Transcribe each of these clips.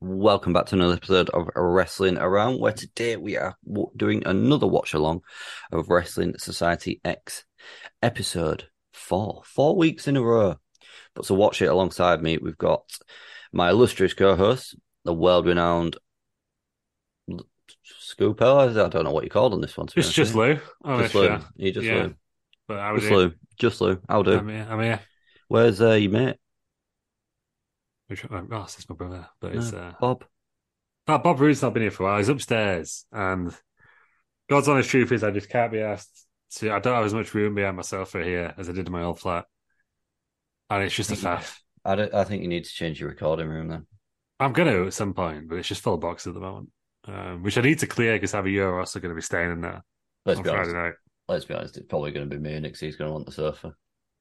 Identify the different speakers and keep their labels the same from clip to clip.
Speaker 1: Welcome back to another episode of Wrestling Around, where today we are w- doing another watch along of Wrestling Society X, episode four, four weeks in a row. But to watch it alongside me, we've got my illustrious co-host, the world-renowned L- Scoopella. I don't know what you called on this one. to be
Speaker 2: It's
Speaker 1: honest
Speaker 2: just
Speaker 1: with
Speaker 2: Lou. Oh,
Speaker 1: you.
Speaker 2: just
Speaker 1: just Lou. You just
Speaker 2: Yeah,
Speaker 1: Lou.
Speaker 2: But how
Speaker 1: Just
Speaker 2: do?
Speaker 1: Lou. Just Lou. I'll do.
Speaker 2: I'm here. I'm here.
Speaker 1: Where's uh, your mate?
Speaker 2: Which, oh, that's my brother. But it's
Speaker 1: No,
Speaker 2: uh,
Speaker 1: Bob.
Speaker 2: Bob, Bob Root's not been here for a while. He's upstairs. And God's honest truth is, I just can't be asked to. I don't have as much room behind myself for here as I did in my old flat. And it's
Speaker 1: Mm-hmm.
Speaker 2: just a faff.
Speaker 1: I, don't, I think you need to change your recording room then.
Speaker 2: I'm going to at some point, but it's just full of boxes at the moment, um, which I need to clear because have a year or also going to be staying in there
Speaker 1: Let's
Speaker 2: on
Speaker 1: be honest.
Speaker 2: Friday night.
Speaker 1: Let's be honest. It's probably going to be me and Nick. He's going to want the sofa.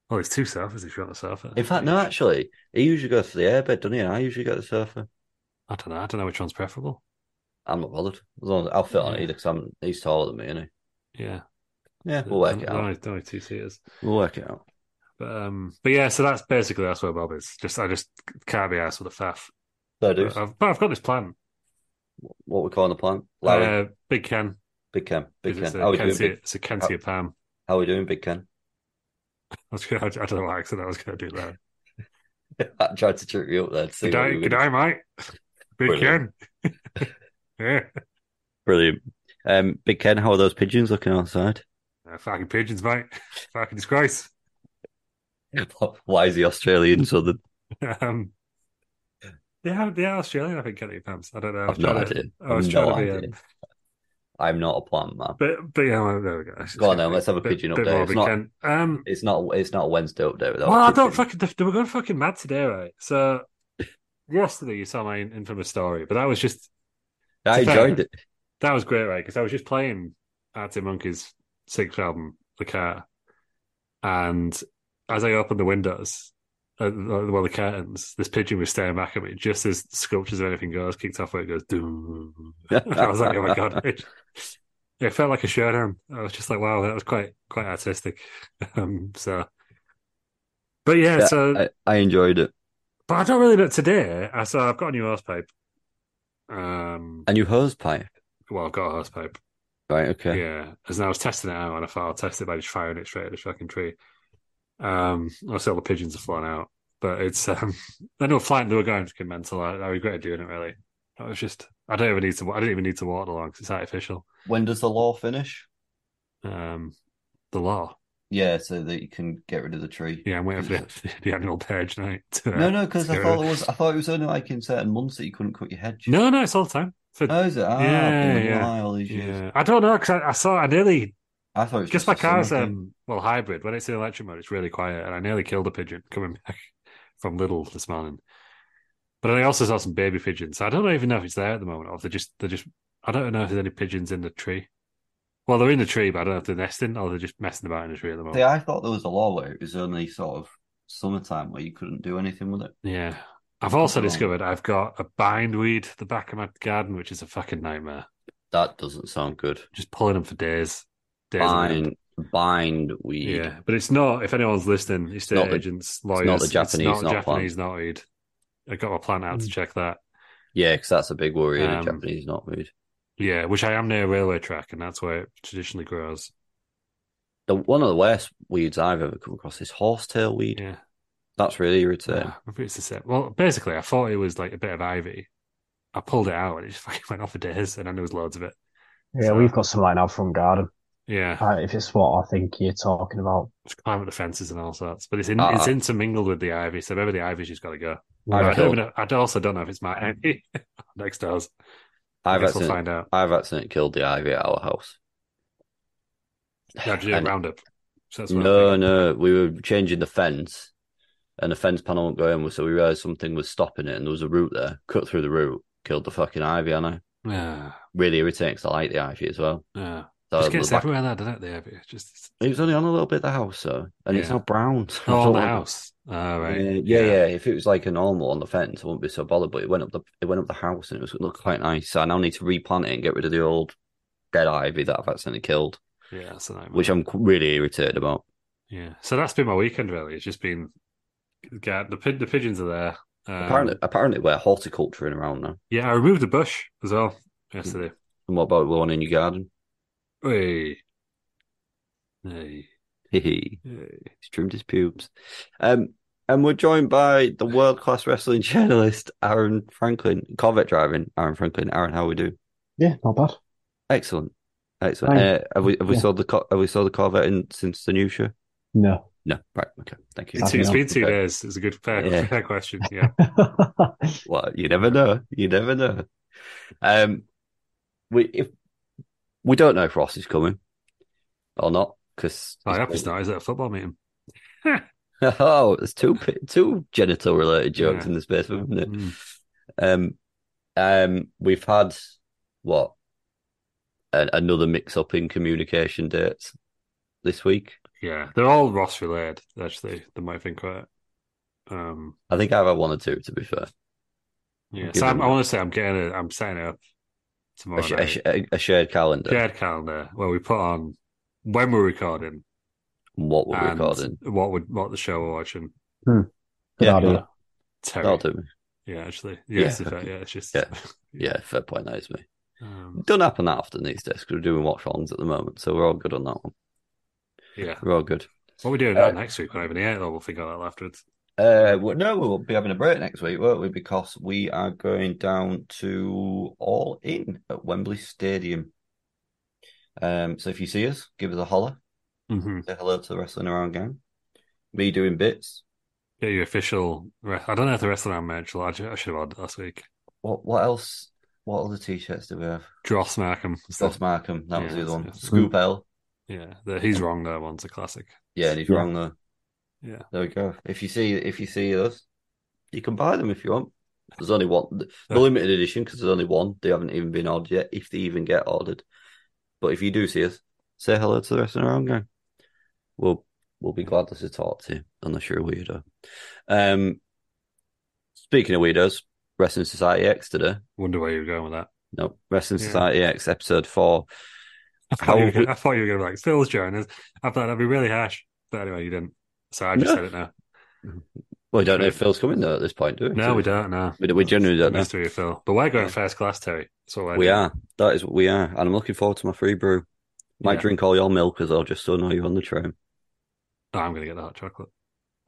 Speaker 2: Well, Oh, it's two sofas if you want the sofa.
Speaker 1: In fact, no, actually, he usually goes for the airbed, doesn't he? And I usually get the sofa.
Speaker 2: I don't know. I don't know which one's preferable.
Speaker 1: I'm not bothered. As long as I'll fit on it
Speaker 2: Yeah.
Speaker 1: either because I'm he's taller than me, isn't
Speaker 2: Yeah.
Speaker 1: he? Yeah, we'll work
Speaker 2: Only-
Speaker 1: it out.
Speaker 2: Only, only two seaters.
Speaker 1: We'll work it out.
Speaker 2: But um, but yeah, so that's basically that's where Bob is. Just I just can't be asked with a faff.
Speaker 1: So, dudes,
Speaker 2: But I've, but I've got this plan.
Speaker 1: what we calling the plan? Larry,
Speaker 2: Uh, Big Ken.
Speaker 1: Big Ken, Big
Speaker 2: It's
Speaker 1: Ken.
Speaker 2: a
Speaker 1: How we doing?
Speaker 2: Kenzie-
Speaker 1: Big, Oh.
Speaker 2: It's a Kenzie Pam.
Speaker 1: how we doing, Big Ken?
Speaker 2: I, was gonna, I don't know what accent I was going to do there.
Speaker 1: I tried to trip you up there. To see
Speaker 2: Good
Speaker 1: what
Speaker 2: day,
Speaker 1: you were
Speaker 2: good
Speaker 1: gonna-
Speaker 2: day, mate. Big
Speaker 1: Brilliant.
Speaker 2: Ken. yeah,
Speaker 1: Brilliant. Um, Big Ken, how are those pigeons looking outside?
Speaker 2: Uh, fucking pigeons, mate. Fucking disgrace.
Speaker 1: Why is the Australian southern?
Speaker 2: Um, they are they are Australian, I think. Kenzie Pam's. I don't know. I
Speaker 1: I've
Speaker 2: was
Speaker 1: no
Speaker 2: trying to-
Speaker 1: idea.
Speaker 2: I was
Speaker 1: I've
Speaker 2: trying
Speaker 1: no
Speaker 2: to be. um,
Speaker 1: idea. I'm not a plant man.
Speaker 2: but but yeah, well, there we go. It's
Speaker 1: Go on
Speaker 2: gonna
Speaker 1: then,
Speaker 2: be
Speaker 1: let's have a
Speaker 2: bit-
Speaker 1: pigeon
Speaker 2: bit
Speaker 1: update.
Speaker 2: more
Speaker 1: It's
Speaker 2: Big
Speaker 1: not-
Speaker 2: Ken. Um,
Speaker 1: It's not. It's not a Wednesday update without.
Speaker 2: Well, I
Speaker 1: a
Speaker 2: don't
Speaker 1: pigeon.
Speaker 2: fucking. They were going fucking mad today, right? So yesterday you saw my infamous story, but that was just
Speaker 1: I
Speaker 2: to fair.
Speaker 1: enjoyed it.
Speaker 2: that was great, right? Because I was just playing Arctic Monkey's sixth album, The Car, and as I opened the windows, uh, well, the curtains, this pigeon was staring back at me. Just as sculptures of anything goes kicked off, where it goes. Doom. I was like, oh my god. It, it felt like a showdown. I was just like, wow, that was quite quite artistic. Um, so, but yeah,
Speaker 1: Yeah,
Speaker 2: so
Speaker 1: I, I enjoyed it.
Speaker 2: But I don't really know today. I so I've got a new horse pipe. Um,
Speaker 1: And you hose pipe,
Speaker 2: well, I've got a horse pipe.
Speaker 1: right?
Speaker 2: Yeah.
Speaker 1: Okay.
Speaker 2: As I was testing it out, and I thought I'll test it by just firing it straight at the fucking tree. Um, obviously all the pigeons are flying out, but it's um, they were flying. They were going fucking mental. I, I regretted doing it. Really, I was just I don't even need to. I didn't even need to water the lawn 'cause it's artificial.
Speaker 1: When does the law finish?
Speaker 2: Um, the law.
Speaker 1: Yeah, so that you can get rid of the tree.
Speaker 2: Yeah, I'm waiting for the, the annual purge night. to- uh,
Speaker 1: No, no, because I
Speaker 2: Yeah.
Speaker 1: thought it was. I thought it was only like in certain months that you couldn't cut your hedge.
Speaker 2: no, no, it's all the time. For,
Speaker 1: Oh, is it? Ah,
Speaker 2: Yeah,
Speaker 1: been a
Speaker 2: yeah.
Speaker 1: while, all these years.
Speaker 2: yeah, I don't know because I, I saw I nearly
Speaker 1: I thought it was
Speaker 2: Just
Speaker 1: just,
Speaker 2: my
Speaker 1: a summer
Speaker 2: car's
Speaker 1: thing.
Speaker 2: um well hybrid. When it's in electric mode, it's really quiet, and I nearly killed a pigeon coming back from Little this morning. But I also saw some baby pigeons. I don't even know if it's there at the moment, or if they're just they're just. I don't know if there's any pigeons in the tree. Well, they're in the tree, but I don't know if they're nesting or they're just messing about in the tree at the
Speaker 1: See,
Speaker 2: moment.
Speaker 1: I thought there was a law where it was only sort of summertime where you couldn't do anything with it.
Speaker 2: Yeah. I've also
Speaker 1: Oh.
Speaker 2: discovered I've got a bindweed at the back of my garden, which is a fucking nightmare.
Speaker 1: That doesn't sound good.
Speaker 2: Just pulling them for days. Days. on end.
Speaker 1: Bind, bind weed.
Speaker 2: Yeah, but it's not. If anyone's listening, estate
Speaker 1: not the-
Speaker 2: agents,
Speaker 1: not
Speaker 2: lawyers,
Speaker 1: the Japanese
Speaker 2: it's not
Speaker 1: knotweed.
Speaker 2: Japanese knotweed. I got my plan out to
Speaker 3: Mm.
Speaker 2: check that.
Speaker 1: Yeah, because that's a big worry in a
Speaker 2: Um,
Speaker 1: Japanese knotweed.
Speaker 2: Yeah, which I am near a railway track, and that's where it traditionally grows.
Speaker 1: The one of the worst weeds I've ever come across is horsetail weed.
Speaker 2: Yeah,
Speaker 1: That's really irritating.
Speaker 2: Ah, maybe it's the same. Well, basically, I thought it was like a bit of ivy. I pulled it out, and it just fucking went off for days, and then there was loads of it.
Speaker 4: Yeah, we've got some like our front garden.
Speaker 2: Yeah,
Speaker 1: Ah.
Speaker 4: Uh, if it's what I think you're talking about,
Speaker 2: just climb up the fences and all sorts. But it's in,
Speaker 1: Ah.
Speaker 2: it's intermingled with the ivy, so maybe the ivy's just got to go.
Speaker 1: I've
Speaker 2: I,
Speaker 1: killed-
Speaker 2: don't even know, I also don't know if it's my ivy next to us. I
Speaker 1: I've
Speaker 2: guess we'll
Speaker 1: accidentally,
Speaker 2: find out.
Speaker 1: I've accidentally killed the ivy at our house.
Speaker 2: You have to do a
Speaker 1: And-
Speaker 2: roundup. So that's what I'm
Speaker 1: No,
Speaker 2: thinking.
Speaker 1: no, we were changing the fence, and the fence panel won't go in, so we realised something was stopping it, and there was a root there. Cut through the root, killed the fucking ivy, and I
Speaker 2: Yeah,
Speaker 1: really irritating 'cause I like the ivy as well.
Speaker 2: yeah.
Speaker 1: So
Speaker 2: just
Speaker 1: it, was
Speaker 2: gets
Speaker 1: like-
Speaker 2: everywhere there, doesn't it? The ivy. It's just
Speaker 1: it was only on a little bit of the house, though, and it's
Speaker 2: Yeah.
Speaker 1: now brown. so I
Speaker 2: all
Speaker 1: don't
Speaker 2: the
Speaker 1: like-
Speaker 2: house. All right.
Speaker 1: Oh, Yeah, yeah, yeah. If it was like a normal on the fence, I wouldn't be so bothered. But it went up the it went up the house, and it was it looked quite nice. So I now need to replant it and get rid of the old dead ivy that I've accidentally killed,
Speaker 2: yeah. that's a nightmare.
Speaker 1: which I'm qu- really irritated about.
Speaker 2: Yeah. So that's been my weekend really. It's just been yeah, the pi- the pigeons are there. Um,
Speaker 1: apparently, apparently we're horticulturing around now.
Speaker 2: Yeah, I removed a bush as well yesterday.
Speaker 1: And what about the one in your garden? Hmm.
Speaker 2: Hey. Hey.
Speaker 1: He's
Speaker 2: Hey.
Speaker 1: trimmed his pubes. Um, and we're joined by the world class wrestling journalist Aaron Franklin, Corvette driving Aaron Franklin. Aaron, how we do?
Speaker 4: yeah, not bad.
Speaker 1: Excellent, excellent.
Speaker 4: Hi.
Speaker 1: Uh, have we have we
Speaker 4: Yeah.
Speaker 1: sold the co- have we sold the Corvette in since the new show?
Speaker 4: No.
Speaker 1: No, right, okay, thank you.
Speaker 4: It's-
Speaker 2: It's been
Speaker 4: Nothing
Speaker 2: two
Speaker 1: else.
Speaker 2: days. It's a good fair,
Speaker 1: Yeah.
Speaker 2: fair question. Yeah.
Speaker 1: Well, you never know. You never know. Um, we if we don't know if Ross is coming or not because
Speaker 2: I hope it's not. Is it a football meeting?
Speaker 1: Oh, there's two pi- two genital related jokes
Speaker 2: Yeah.
Speaker 1: in the space, isn't it?
Speaker 2: Mm.
Speaker 1: Um, um, we've had what a- another mix up in communication dates this week.
Speaker 2: Yeah. They're all Ross related, actually. They might think right. Um
Speaker 1: I think I've had one or two, to be fair.
Speaker 2: yeah.
Speaker 1: Give
Speaker 2: So I'm,
Speaker 1: them
Speaker 2: I
Speaker 1: that.
Speaker 2: want to say I'm getting it I'm setting it up
Speaker 1: A,
Speaker 2: tomorrow.
Speaker 1: sh- a,
Speaker 2: night.
Speaker 1: sh- a a shared calendar.
Speaker 2: shared calendar where we put on when we're recording
Speaker 1: What we're
Speaker 2: and
Speaker 1: recording.
Speaker 2: what would what the show we're watching.
Speaker 4: Good
Speaker 1: Yeah.
Speaker 4: idea.
Speaker 2: Terry.
Speaker 1: That'll do me.
Speaker 2: Yeah, actually.
Speaker 1: Yeah.
Speaker 2: Yes, yeah. yeah, it's just
Speaker 1: Yeah. Yeah, fair point. That is me.
Speaker 2: Um,
Speaker 1: Don't happen that often these days 'cause we're doing watch alongs at the moment, so we're all good on that one.
Speaker 2: yeah.
Speaker 1: We're all good.
Speaker 2: What we doing
Speaker 1: Uh,
Speaker 2: that next week? We're not even here though, we'll figure that out afterwards.
Speaker 1: Uh, well, no, we'll be having a break next week, won't we? Because we are going down to All In at Wembley Stadium. Um, so if you see us, give us a holler.
Speaker 2: Mm-hmm.
Speaker 1: Say hello to the Wrestling Around gang. Me doing bits.
Speaker 2: Get your official re- I don't know if the wrestling around merch I should, I should have ordered last week.
Speaker 1: What what else? What other t-shirts do we have?
Speaker 2: Dross Markham. and stuff.
Speaker 1: Ross Markham, that was
Speaker 2: Yeah,
Speaker 1: the other one.
Speaker 2: that's-
Speaker 1: Scoop L.
Speaker 2: Yeah. The, he's wrong there one's a classic.
Speaker 1: Yeah, and he's
Speaker 4: Yeah.
Speaker 1: wrong there.
Speaker 2: Yeah.
Speaker 1: There we go. If you see if you see us, you can buy them if you want. There's only one, the limited edition because there's only one. They haven't even been ordered yet, if they even get ordered. But if you do see us, say hello to the rest of our own gang. We'll we'll be glad to talk to you, unless you're a weirdo. Um, speaking of weirdos, Wrestling Society X today.
Speaker 2: Wonder where you were going with that.
Speaker 1: No, Wrestling
Speaker 2: Yeah.
Speaker 1: Society X episode four.
Speaker 2: I thought,
Speaker 1: How
Speaker 2: you, were
Speaker 1: would-
Speaker 2: gonna, I thought you were gonna be like Phil's joining us. I thought that'd be really harsh. But anyway you didn't. So I just
Speaker 1: No.
Speaker 2: said it now.
Speaker 1: Well, we don't know if Phil's coming though at this point, do we?
Speaker 2: No, we don't know.
Speaker 1: We, we generally don't know.
Speaker 2: Mystery of Phil. But we're going
Speaker 1: Yeah.
Speaker 2: first class, Terry. That's what we're
Speaker 1: We
Speaker 2: doing.
Speaker 1: are. That is what we are. And I'm looking forward to my free brew. Might
Speaker 2: Yeah.
Speaker 1: drink all your milk as I'll just so know you on the train.
Speaker 2: Oh, I'm gonna get the hot chocolate.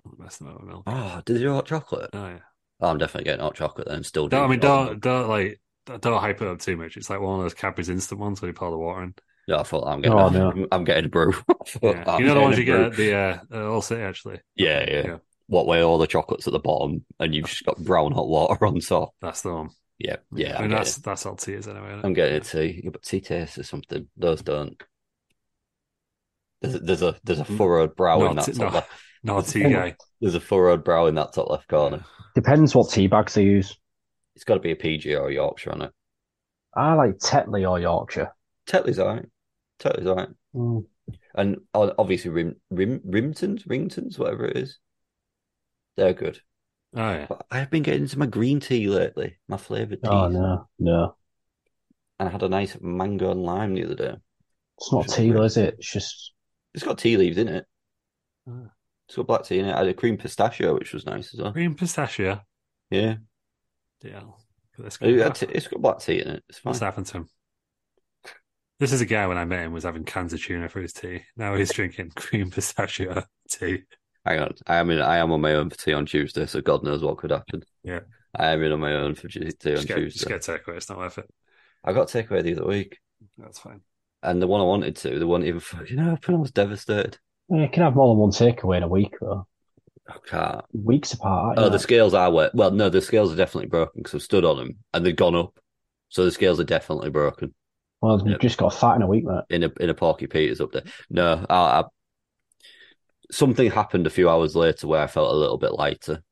Speaker 2: I'm messing up with milk.
Speaker 1: Oh, did you do hot chocolate?
Speaker 2: Oh yeah.
Speaker 1: Oh, I'm definitely getting hot chocolate then. Still
Speaker 2: Don't, I mean,
Speaker 1: drinking all the
Speaker 2: don't don't like don't hype it up too much. It's like one of those Cadbury's instant ones where you pour the water in.
Speaker 1: milk. No, I thought I'm getting,
Speaker 4: Oh,
Speaker 1: I'm,
Speaker 4: no.
Speaker 1: I'm getting a brew.
Speaker 2: Yeah.
Speaker 1: I'm
Speaker 2: you know the ones you
Speaker 1: getting a
Speaker 2: get at
Speaker 1: brew.
Speaker 2: the uh, uh, All City actually.
Speaker 1: Yeah, yeah. What way all the chocolate's at the bottom and you've just got brown hot water on top.
Speaker 2: that's the one.
Speaker 1: Yeah, yeah.
Speaker 2: I
Speaker 1: I'm,
Speaker 2: mean
Speaker 1: getting,
Speaker 2: that's that's all tears anyway. isn't it?
Speaker 1: I'm getting a tea. Yeah, but tea tastes or something. Those don't. There's a, there's a there's a furrowed brow in
Speaker 2: Not
Speaker 1: that
Speaker 2: tea-
Speaker 1: top
Speaker 2: Mm. no.
Speaker 1: left.
Speaker 2: not a tea
Speaker 1: um,
Speaker 2: guy.
Speaker 1: There's a furrowed brow in that top left corner.
Speaker 4: Depends what tea bags they use.
Speaker 1: It's got to be a PG or a Yorkshire on it.
Speaker 4: I like Tetley or Yorkshire.
Speaker 1: Tetley's all right. Tetley's all right.
Speaker 4: Mm.
Speaker 1: And o- obviously, Rim, Rim, Rimtons, Ringtons, whatever it is, they're good.
Speaker 2: Oh yeah.
Speaker 1: But I have been getting into my green tea lately, my flavoured teas.
Speaker 4: Oh no, no.
Speaker 1: And I had a nice mango and lime the other day.
Speaker 4: It's not
Speaker 1: Just
Speaker 4: tea,
Speaker 1: red.
Speaker 4: is it? It's just
Speaker 1: It's got tea leaves in it.
Speaker 2: Ah.
Speaker 1: It's got black tea in it. I had a cream pistachio, which was nice as well.
Speaker 2: Green pistachio.
Speaker 1: Yeah,
Speaker 2: Yeah. Let's go.
Speaker 1: It had t- it's got black tea in it. It's fine.
Speaker 2: What's happened to him? This is a guy when I met him was having cans of tuna for his tea. Now he's drinking cream pistachio tea.
Speaker 1: Hang on, I am in, I am on my own for tea on Tuesday, so God knows what could happen.
Speaker 2: Yeah.
Speaker 1: I am in on my own for tea tea on
Speaker 2: Just get, just
Speaker 1: Tuesday.
Speaker 2: get takeaway. It's not worth it.
Speaker 1: I got takeaway the other week,
Speaker 2: That's fine.
Speaker 1: and the one I wanted to, the one even fucking open. I was devastated.
Speaker 4: Yeah, eh, you can have more than one takeaway in a week, though.
Speaker 1: I can't.
Speaker 4: Weeks apart.
Speaker 1: Oh,
Speaker 4: yeah.
Speaker 1: the scales are wet. Well, no, the scales are definitely broken because I've stood on them and they've gone up. So the scales are definitely broken
Speaker 4: Well, you've
Speaker 1: Yep.
Speaker 4: just got fat in a week, mate.
Speaker 1: in a in a Porky Peters up there. No, I, I, something happened a few hours later where I felt a little bit lighter.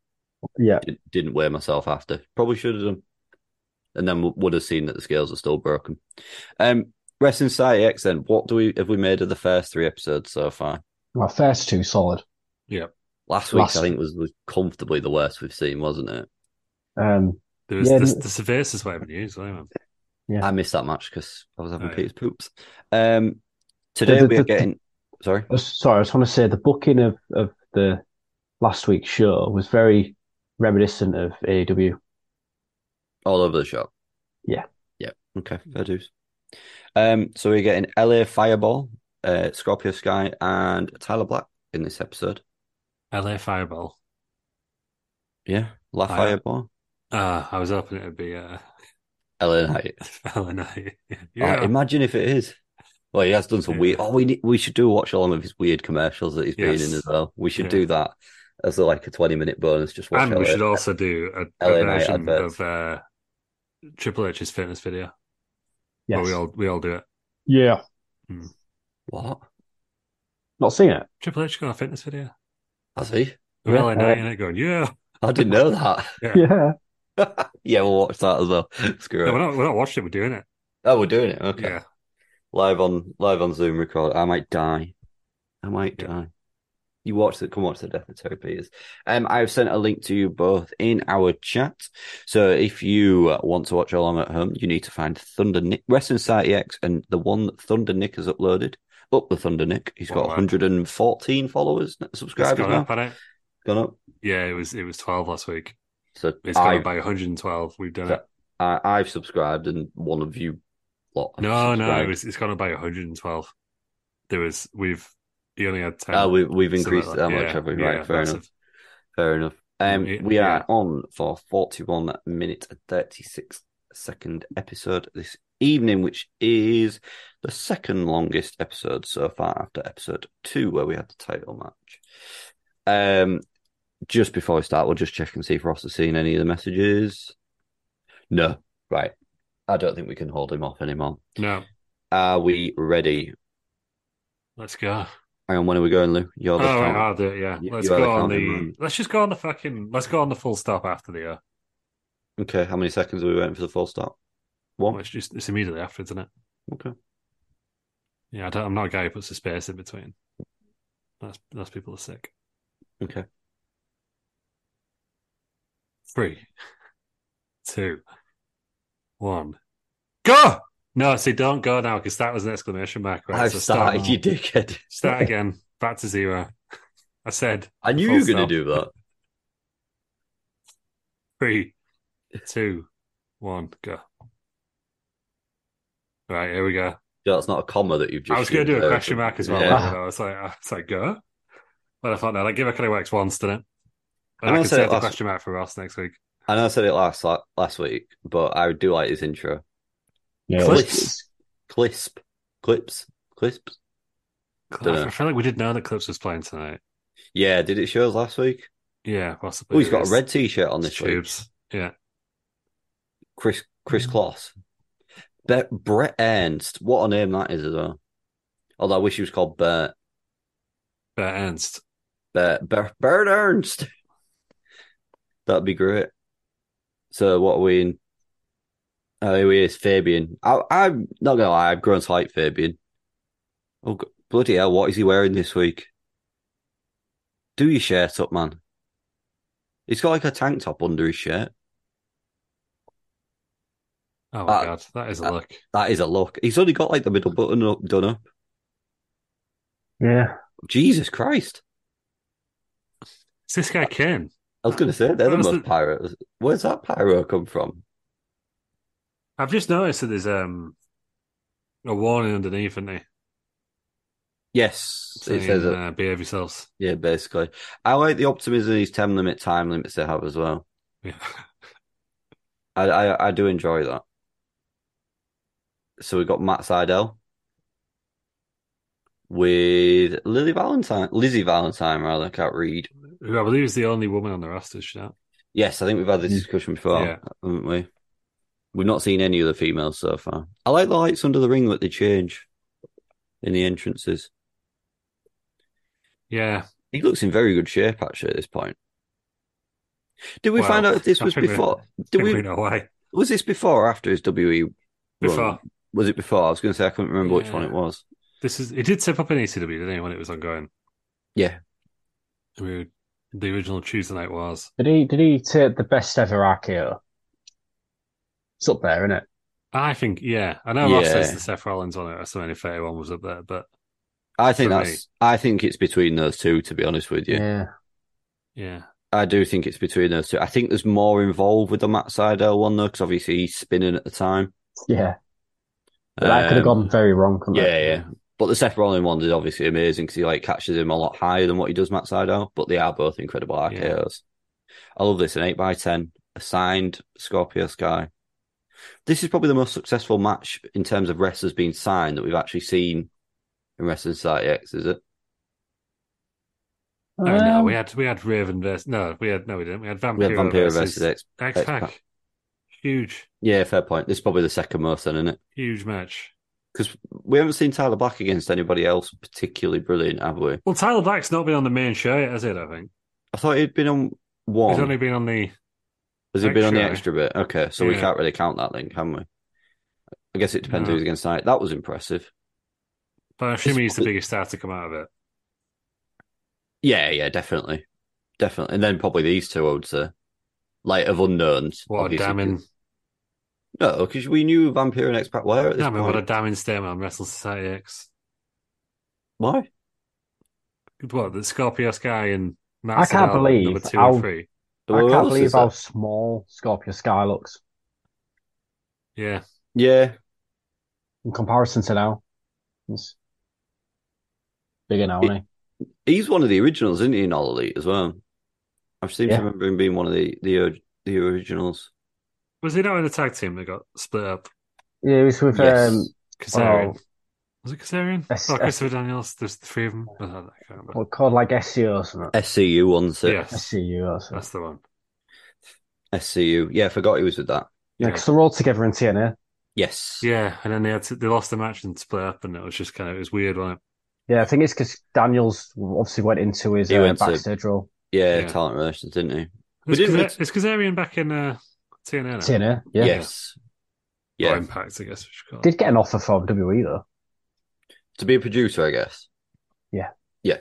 Speaker 4: Yeah.
Speaker 1: Did, didn't weigh myself after. Probably should have done, and then would have seen that the scales are still broken. Um, Wrestling Society X. Then, what do we have we made of the first three episodes so far?
Speaker 4: My first two solid.
Speaker 1: Last week,
Speaker 4: Last-
Speaker 1: I think was, was comfortably the worst we've seen, wasn't it?
Speaker 4: Um,
Speaker 2: There was
Speaker 4: Yeah,
Speaker 2: the,
Speaker 4: n-
Speaker 2: the Cervasis were having used, wasn't it?
Speaker 4: Yeah.
Speaker 1: I missed that match because I was having
Speaker 2: Oh, yeah.
Speaker 1: Peter's poops. Um, today
Speaker 4: the-
Speaker 1: we are
Speaker 4: the- Uh,
Speaker 1: getting. Sorry.
Speaker 4: I was- sorry, I just want to say the booking of, of the last week's show was very reminiscent of E
Speaker 1: Oh,
Speaker 4: AEW.
Speaker 1: All over the shop.
Speaker 4: Yeah.
Speaker 1: Yeah. Okay. Fair dues. Um, so we're getting LA Fireball, uh, Scorpio Sky, and Tyler Black in this episode.
Speaker 2: LA Fireball.
Speaker 1: Yeah. La
Speaker 2: Fire-
Speaker 1: Fireball.
Speaker 2: Ah, I was hoping it would be uh,
Speaker 1: LA Knight.
Speaker 2: LA Knight.
Speaker 1: Oh, imagine if it is. Well, he has done some weird.
Speaker 2: Yeah.
Speaker 1: Oh, we need, we should do a watch along of his weird commercials that he's
Speaker 2: Yes.
Speaker 1: been in as well. We should
Speaker 2: Yeah.
Speaker 1: do that as like a twenty minute bonus. Just watch.
Speaker 2: and we
Speaker 1: LA.
Speaker 2: should also do a, a
Speaker 1: LA Knight
Speaker 2: version
Speaker 1: adverts.
Speaker 2: of uh, Triple H's fitness video. Well,
Speaker 4: Yes.
Speaker 2: we all we all do it.
Speaker 4: Yeah.
Speaker 1: Hmm. What?
Speaker 4: Not seen it.
Speaker 2: Triple H got a fitness video.
Speaker 1: Has he?
Speaker 2: With
Speaker 4: Yeah. uh,
Speaker 2: LA Knight in it going, yeah.
Speaker 1: I didn't know that.
Speaker 2: Yeah.
Speaker 4: Yeah.
Speaker 1: yeah, we'll watch that as well. Screw
Speaker 2: No,
Speaker 1: it.
Speaker 2: we're not we're not watching it, we're doing it.
Speaker 1: Oh, we're doing it. Okay.
Speaker 2: Yeah.
Speaker 1: Live on live on Zoom record. I might die. I might
Speaker 2: Yeah.
Speaker 1: die. You watch it. Come watch the death of Terry Peters. Um, I've sent a link to you both in our chat. So if you uh, want to watch along at home, you need to find Thunder Nick, Wrestling Society X, and the one that Thunder Nick has uploaded. Up the Thunder Nick. He's got
Speaker 2: Oh, Wow.
Speaker 1: 114 followers,
Speaker 2: It's
Speaker 1: subscribers
Speaker 2: gone
Speaker 1: now.
Speaker 2: up, hasn't it?
Speaker 1: Gone up.
Speaker 2: Yeah, it was it was twelve last week.
Speaker 1: So
Speaker 2: It's gone
Speaker 1: I,
Speaker 2: up by 112. We've done it.
Speaker 1: I, I've subscribed, and one of you lot. have
Speaker 2: No, no, it
Speaker 1: subscribed.
Speaker 2: was, it's gone up by 112. There was we've he only had ten.
Speaker 1: Oh, we, we've
Speaker 2: something
Speaker 1: increased
Speaker 2: like
Speaker 1: that much,
Speaker 2: Yeah,
Speaker 1: have we?
Speaker 2: yeah,
Speaker 1: Right, fair
Speaker 2: massive.
Speaker 1: enough. Fair enough. Um,
Speaker 2: Yeah,
Speaker 1: we
Speaker 2: yeah.
Speaker 1: are on for 41 minute and 36 second episode this evening, which is the second longest episode so far after episode two, where we had the title match. Um, just before we start, we'll just check and see if Ross has seen any of the messages. No, right. I don't think we can hold him off anymore.
Speaker 2: No,
Speaker 1: Are we ready?
Speaker 2: let's go.
Speaker 1: Hang on, when are we going, Lou? You're
Speaker 2: Oh,
Speaker 1: the
Speaker 2: right,
Speaker 1: count.
Speaker 2: I'll do it. Yeah,
Speaker 1: You-
Speaker 2: let's
Speaker 1: you are the
Speaker 2: go on
Speaker 1: counting
Speaker 2: the.
Speaker 1: man.
Speaker 2: Let's just go on the fucking. Let's go on the full stop after the. Uh,
Speaker 1: Okay, how many seconds are we waiting for the full stop?
Speaker 2: well,
Speaker 1: One.
Speaker 2: it's just it's immediately after, isn't it?
Speaker 1: Okay.
Speaker 2: Yeah, I don't, I'm not a guy who puts a space in between. That's that's people are sick.
Speaker 1: Okay.
Speaker 2: Three, two, one, go. No, see, don't go now because that was an exclamation mark. Right?
Speaker 1: I've
Speaker 2: So start
Speaker 1: started,
Speaker 2: now.
Speaker 1: you dickhead.
Speaker 2: Start again. Back to zero. I said
Speaker 1: I knew you
Speaker 2: Full
Speaker 1: were going
Speaker 2: stop.
Speaker 1: to do that.
Speaker 2: three, two, one, go. Right, here we go.
Speaker 1: That's not a comma that you've just.
Speaker 2: I was going to do
Speaker 1: used
Speaker 2: a
Speaker 1: there.
Speaker 2: question mark as well.
Speaker 1: Yeah.
Speaker 2: but I was like, I was like, go. But I thought, no, that give kind of works once, didn't it? And
Speaker 1: I'm
Speaker 2: I,
Speaker 1: gonna
Speaker 2: can
Speaker 1: say
Speaker 2: save
Speaker 1: it
Speaker 2: the
Speaker 1: last-
Speaker 2: question mark for Ross next week.
Speaker 1: I know I said it last la- last week, but I do like his intro.
Speaker 4: Yeah.
Speaker 2: Clips.
Speaker 4: it's-
Speaker 1: Clisp, clips, clisps. Dunno.
Speaker 2: I feel like we did know that Clips was playing tonight.
Speaker 1: Yeah, did it shows last week?
Speaker 2: Yeah, possibly.
Speaker 1: Oh, he's got a
Speaker 2: It's-
Speaker 1: red T-shirt on
Speaker 2: it's
Speaker 1: this week.
Speaker 2: tubes. Yeah.
Speaker 1: Chris Chris
Speaker 2: Mm.
Speaker 1: Kloss, Be- Brett Ernst. What a name that is as well. Although I wish he was called Bert
Speaker 2: But Ernst.
Speaker 1: Bert Bert, Bert Ernst. That'd be great. So what are we in? Oh, here he is, Fabian. I, I'm not gonna lie, I've grown to like Fabian. Oh go- bloody hell! What is he wearing this week? Do your shirt up, man. He's got like a tank top under his shirt.
Speaker 2: Oh, my
Speaker 1: Uh,
Speaker 2: God. That is a
Speaker 1: uh,
Speaker 2: look.
Speaker 1: That is a look. He's only got like the middle button up, done up.
Speaker 4: Yeah.
Speaker 1: Jesus Christ.
Speaker 2: It's this
Speaker 1: uh,
Speaker 2: guy Ken.
Speaker 1: I was going to say, they're the
Speaker 2: Where's
Speaker 1: most
Speaker 2: the-
Speaker 1: pyro. Where's that pyro come from?
Speaker 2: I've just noticed that there's um a warning underneath, isn't there?
Speaker 1: Yes.
Speaker 2: Saying,
Speaker 1: it says, it.
Speaker 2: uh, behave yourselves.
Speaker 1: yeah, basically. I like the optimism these 10 limit time limits they have as well.
Speaker 2: Yeah.
Speaker 1: I, I, I do enjoy that. So we've got Matt Seidel with Lily Valentine, Lizzie Valentine, rather. I can't read.
Speaker 2: Who I believe is the only woman on the roster, is she not?
Speaker 1: Yes, I think we've had this
Speaker 4: Mm.
Speaker 1: discussion before,
Speaker 2: Yeah.
Speaker 1: haven't we? We've not seen any other females so far. I like the lights under the ring that they change in the entrances.
Speaker 2: Yeah.
Speaker 1: He looks in very good shape actually at this point. Did we
Speaker 2: Well,
Speaker 1: find out if this
Speaker 2: I
Speaker 1: was
Speaker 2: think we-
Speaker 1: before?
Speaker 2: Do
Speaker 1: Did we?
Speaker 2: we know why?
Speaker 1: Was this before or after his WE? run?
Speaker 2: Before.
Speaker 1: Was it before? I was going to say I couldn't remember which one
Speaker 2: Yeah.
Speaker 1: it was.
Speaker 2: This is it did step up in ECW, didn't it, when it was ongoing?
Speaker 1: Yeah.
Speaker 2: I mean, the original Tuesday night was.
Speaker 4: Did he did he take the best ever RKO? It's up there, isn't it?
Speaker 2: I think, yeah. I know Ross
Speaker 1: Yeah.
Speaker 2: says the Seth Rollins on it, WrestleMania 31 was up there, but
Speaker 1: I think
Speaker 2: For
Speaker 1: that's. I think it's between those two. To be honest with you,
Speaker 2: yeah.
Speaker 1: I do think it's between those two. I think there's more involved with the Matt Seidel one though, because obviously he's spinning at the time.
Speaker 4: Yeah. But that could have
Speaker 1: Um,
Speaker 4: gone very wrong, couldn't
Speaker 1: Yeah,
Speaker 4: it?
Speaker 1: yeah. But the Seth Rollins one is obviously amazing because he like catches him a lot higher than what he does Matt Seidel. But they are both incredible RKOs.
Speaker 2: Yeah.
Speaker 1: I love this an eight by ten signed Scorpio Sky. This is probably the most successful match in terms of wrestlers being signed that we've actually seen in Wrestling Society X. Is it?
Speaker 2: No, Oh, no,
Speaker 4: Um,
Speaker 2: we had we had Raven versus no, we had no, we didn't. We had Vampiro,
Speaker 1: We had Vampiro versus
Speaker 2: versus
Speaker 1: X.
Speaker 2: X Pac.
Speaker 1: X-Pac.
Speaker 2: Huge,
Speaker 1: Yeah, fair point. This is probably the second most then, isn't it?
Speaker 2: huge match.
Speaker 1: Because we haven't seen Tyler Black against anybody else particularly brilliant, have we?
Speaker 2: Well, Tyler Black's not been on the main show yet, has it? I think
Speaker 1: I thought he'd been on
Speaker 2: he's
Speaker 1: one.
Speaker 2: only been on the
Speaker 1: Has he been on the extra
Speaker 2: Extra.
Speaker 1: bit? Okay, so we
Speaker 2: Yeah.
Speaker 1: can't really count that then, can we? I guess it depends
Speaker 2: No.
Speaker 1: who's against tonight. That was impressive.
Speaker 2: But I assume
Speaker 1: It's-
Speaker 2: he's the biggest star to come out of it.
Speaker 1: Yeah, yeah, definitely. Definitely. And then probably these two, I would say. Like, of unknowns.
Speaker 2: What
Speaker 1: obviously.
Speaker 2: a damning,
Speaker 1: No, because we knew Vampire and Expat were at this
Speaker 2: damning,
Speaker 1: point.
Speaker 2: what a damning statement on Wrestle Society X.
Speaker 1: Why?
Speaker 2: What the Scorpio Sky and Matt
Speaker 4: I can't
Speaker 2: Sydal,
Speaker 4: believe
Speaker 2: number two
Speaker 4: how-
Speaker 2: and three.
Speaker 4: I
Speaker 1: Who
Speaker 4: can't
Speaker 1: else
Speaker 4: believe
Speaker 1: is
Speaker 4: how
Speaker 1: there?
Speaker 4: small Scorpio Sky looks
Speaker 2: Yeah,
Speaker 1: Yeah,
Speaker 4: in comparison to now. It's bigger now, isn't
Speaker 1: he's one of the originals, isn't he, in All Elite as well? I seem
Speaker 4: Yeah.
Speaker 1: to remember him being one of the, the, or- the originals.
Speaker 2: was he not in the tag team that got split up?
Speaker 4: he? Yeah, he was with
Speaker 1: Yes.
Speaker 4: um
Speaker 2: Kazarian.
Speaker 4: Oh.
Speaker 2: Was it Kazarian?
Speaker 4: Yes,
Speaker 2: oh,
Speaker 4: yes.
Speaker 2: Christopher Daniels. There's the three of them. I can't remember.
Speaker 4: what called like SEO or something.
Speaker 1: SCU, wasn't it?
Speaker 2: Yes,
Speaker 4: SCU or something.
Speaker 2: that's the one.
Speaker 1: SCU. Yeah, I forgot he was with that.
Speaker 4: Yeah, because they're all together in TNA.
Speaker 1: Yes.
Speaker 2: Yeah, and then they had to, they lost the match and split up, and it was just kind of it was weird. Wasn't
Speaker 4: Yeah, I think it's because Daniels obviously went into his
Speaker 1: He
Speaker 4: uh,
Speaker 1: went to-
Speaker 4: backstage role.
Speaker 1: Yeah,
Speaker 2: Yeah.
Speaker 1: talent relations, didn't he?
Speaker 2: it?
Speaker 1: We
Speaker 2: Is,
Speaker 1: didn't
Speaker 2: Kazar-
Speaker 1: really-
Speaker 2: is Kazarian back in uh, TNA? Now?
Speaker 4: TNA, yeah.
Speaker 1: Yes.
Speaker 2: Or
Speaker 1: Yeah.
Speaker 2: Impact, I guess. We should call it.
Speaker 4: Did get an offer from WWE though.
Speaker 1: To be a producer, I guess.
Speaker 4: Yeah.
Speaker 1: Yeah.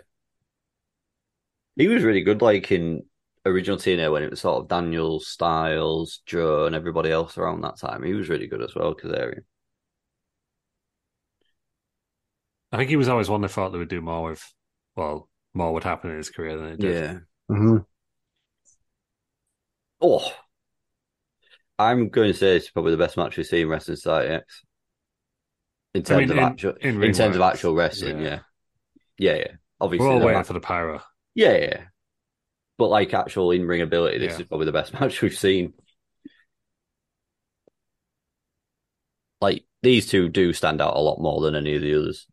Speaker 1: He was really good, like in original TNA when it was sort of Daniel, Styles, Joe, and everybody else around that time. He was really good as well, Kazarian.
Speaker 2: I think he was always one that thought they would do more with. Well, more would happen in his career than it did.
Speaker 1: Yeah.
Speaker 4: hmm
Speaker 1: Oh. I'm going to say it's probably the best match we've seen in Wrestling Society X. In terms
Speaker 2: mean,
Speaker 1: of
Speaker 2: in-
Speaker 1: actual
Speaker 2: in
Speaker 1: in,
Speaker 2: ring
Speaker 1: terms of
Speaker 2: work.
Speaker 1: actual wrestling,
Speaker 2: Yeah.
Speaker 1: yeah. Yeah, yeah. Obviously
Speaker 2: We're all
Speaker 1: the
Speaker 2: waiting
Speaker 1: match-
Speaker 2: for the pyro.
Speaker 1: Yeah, yeah. But like actual in ring ability, this
Speaker 2: Yeah.
Speaker 1: is probably the best match we've seen. Like these two do stand out a lot more than any of the others.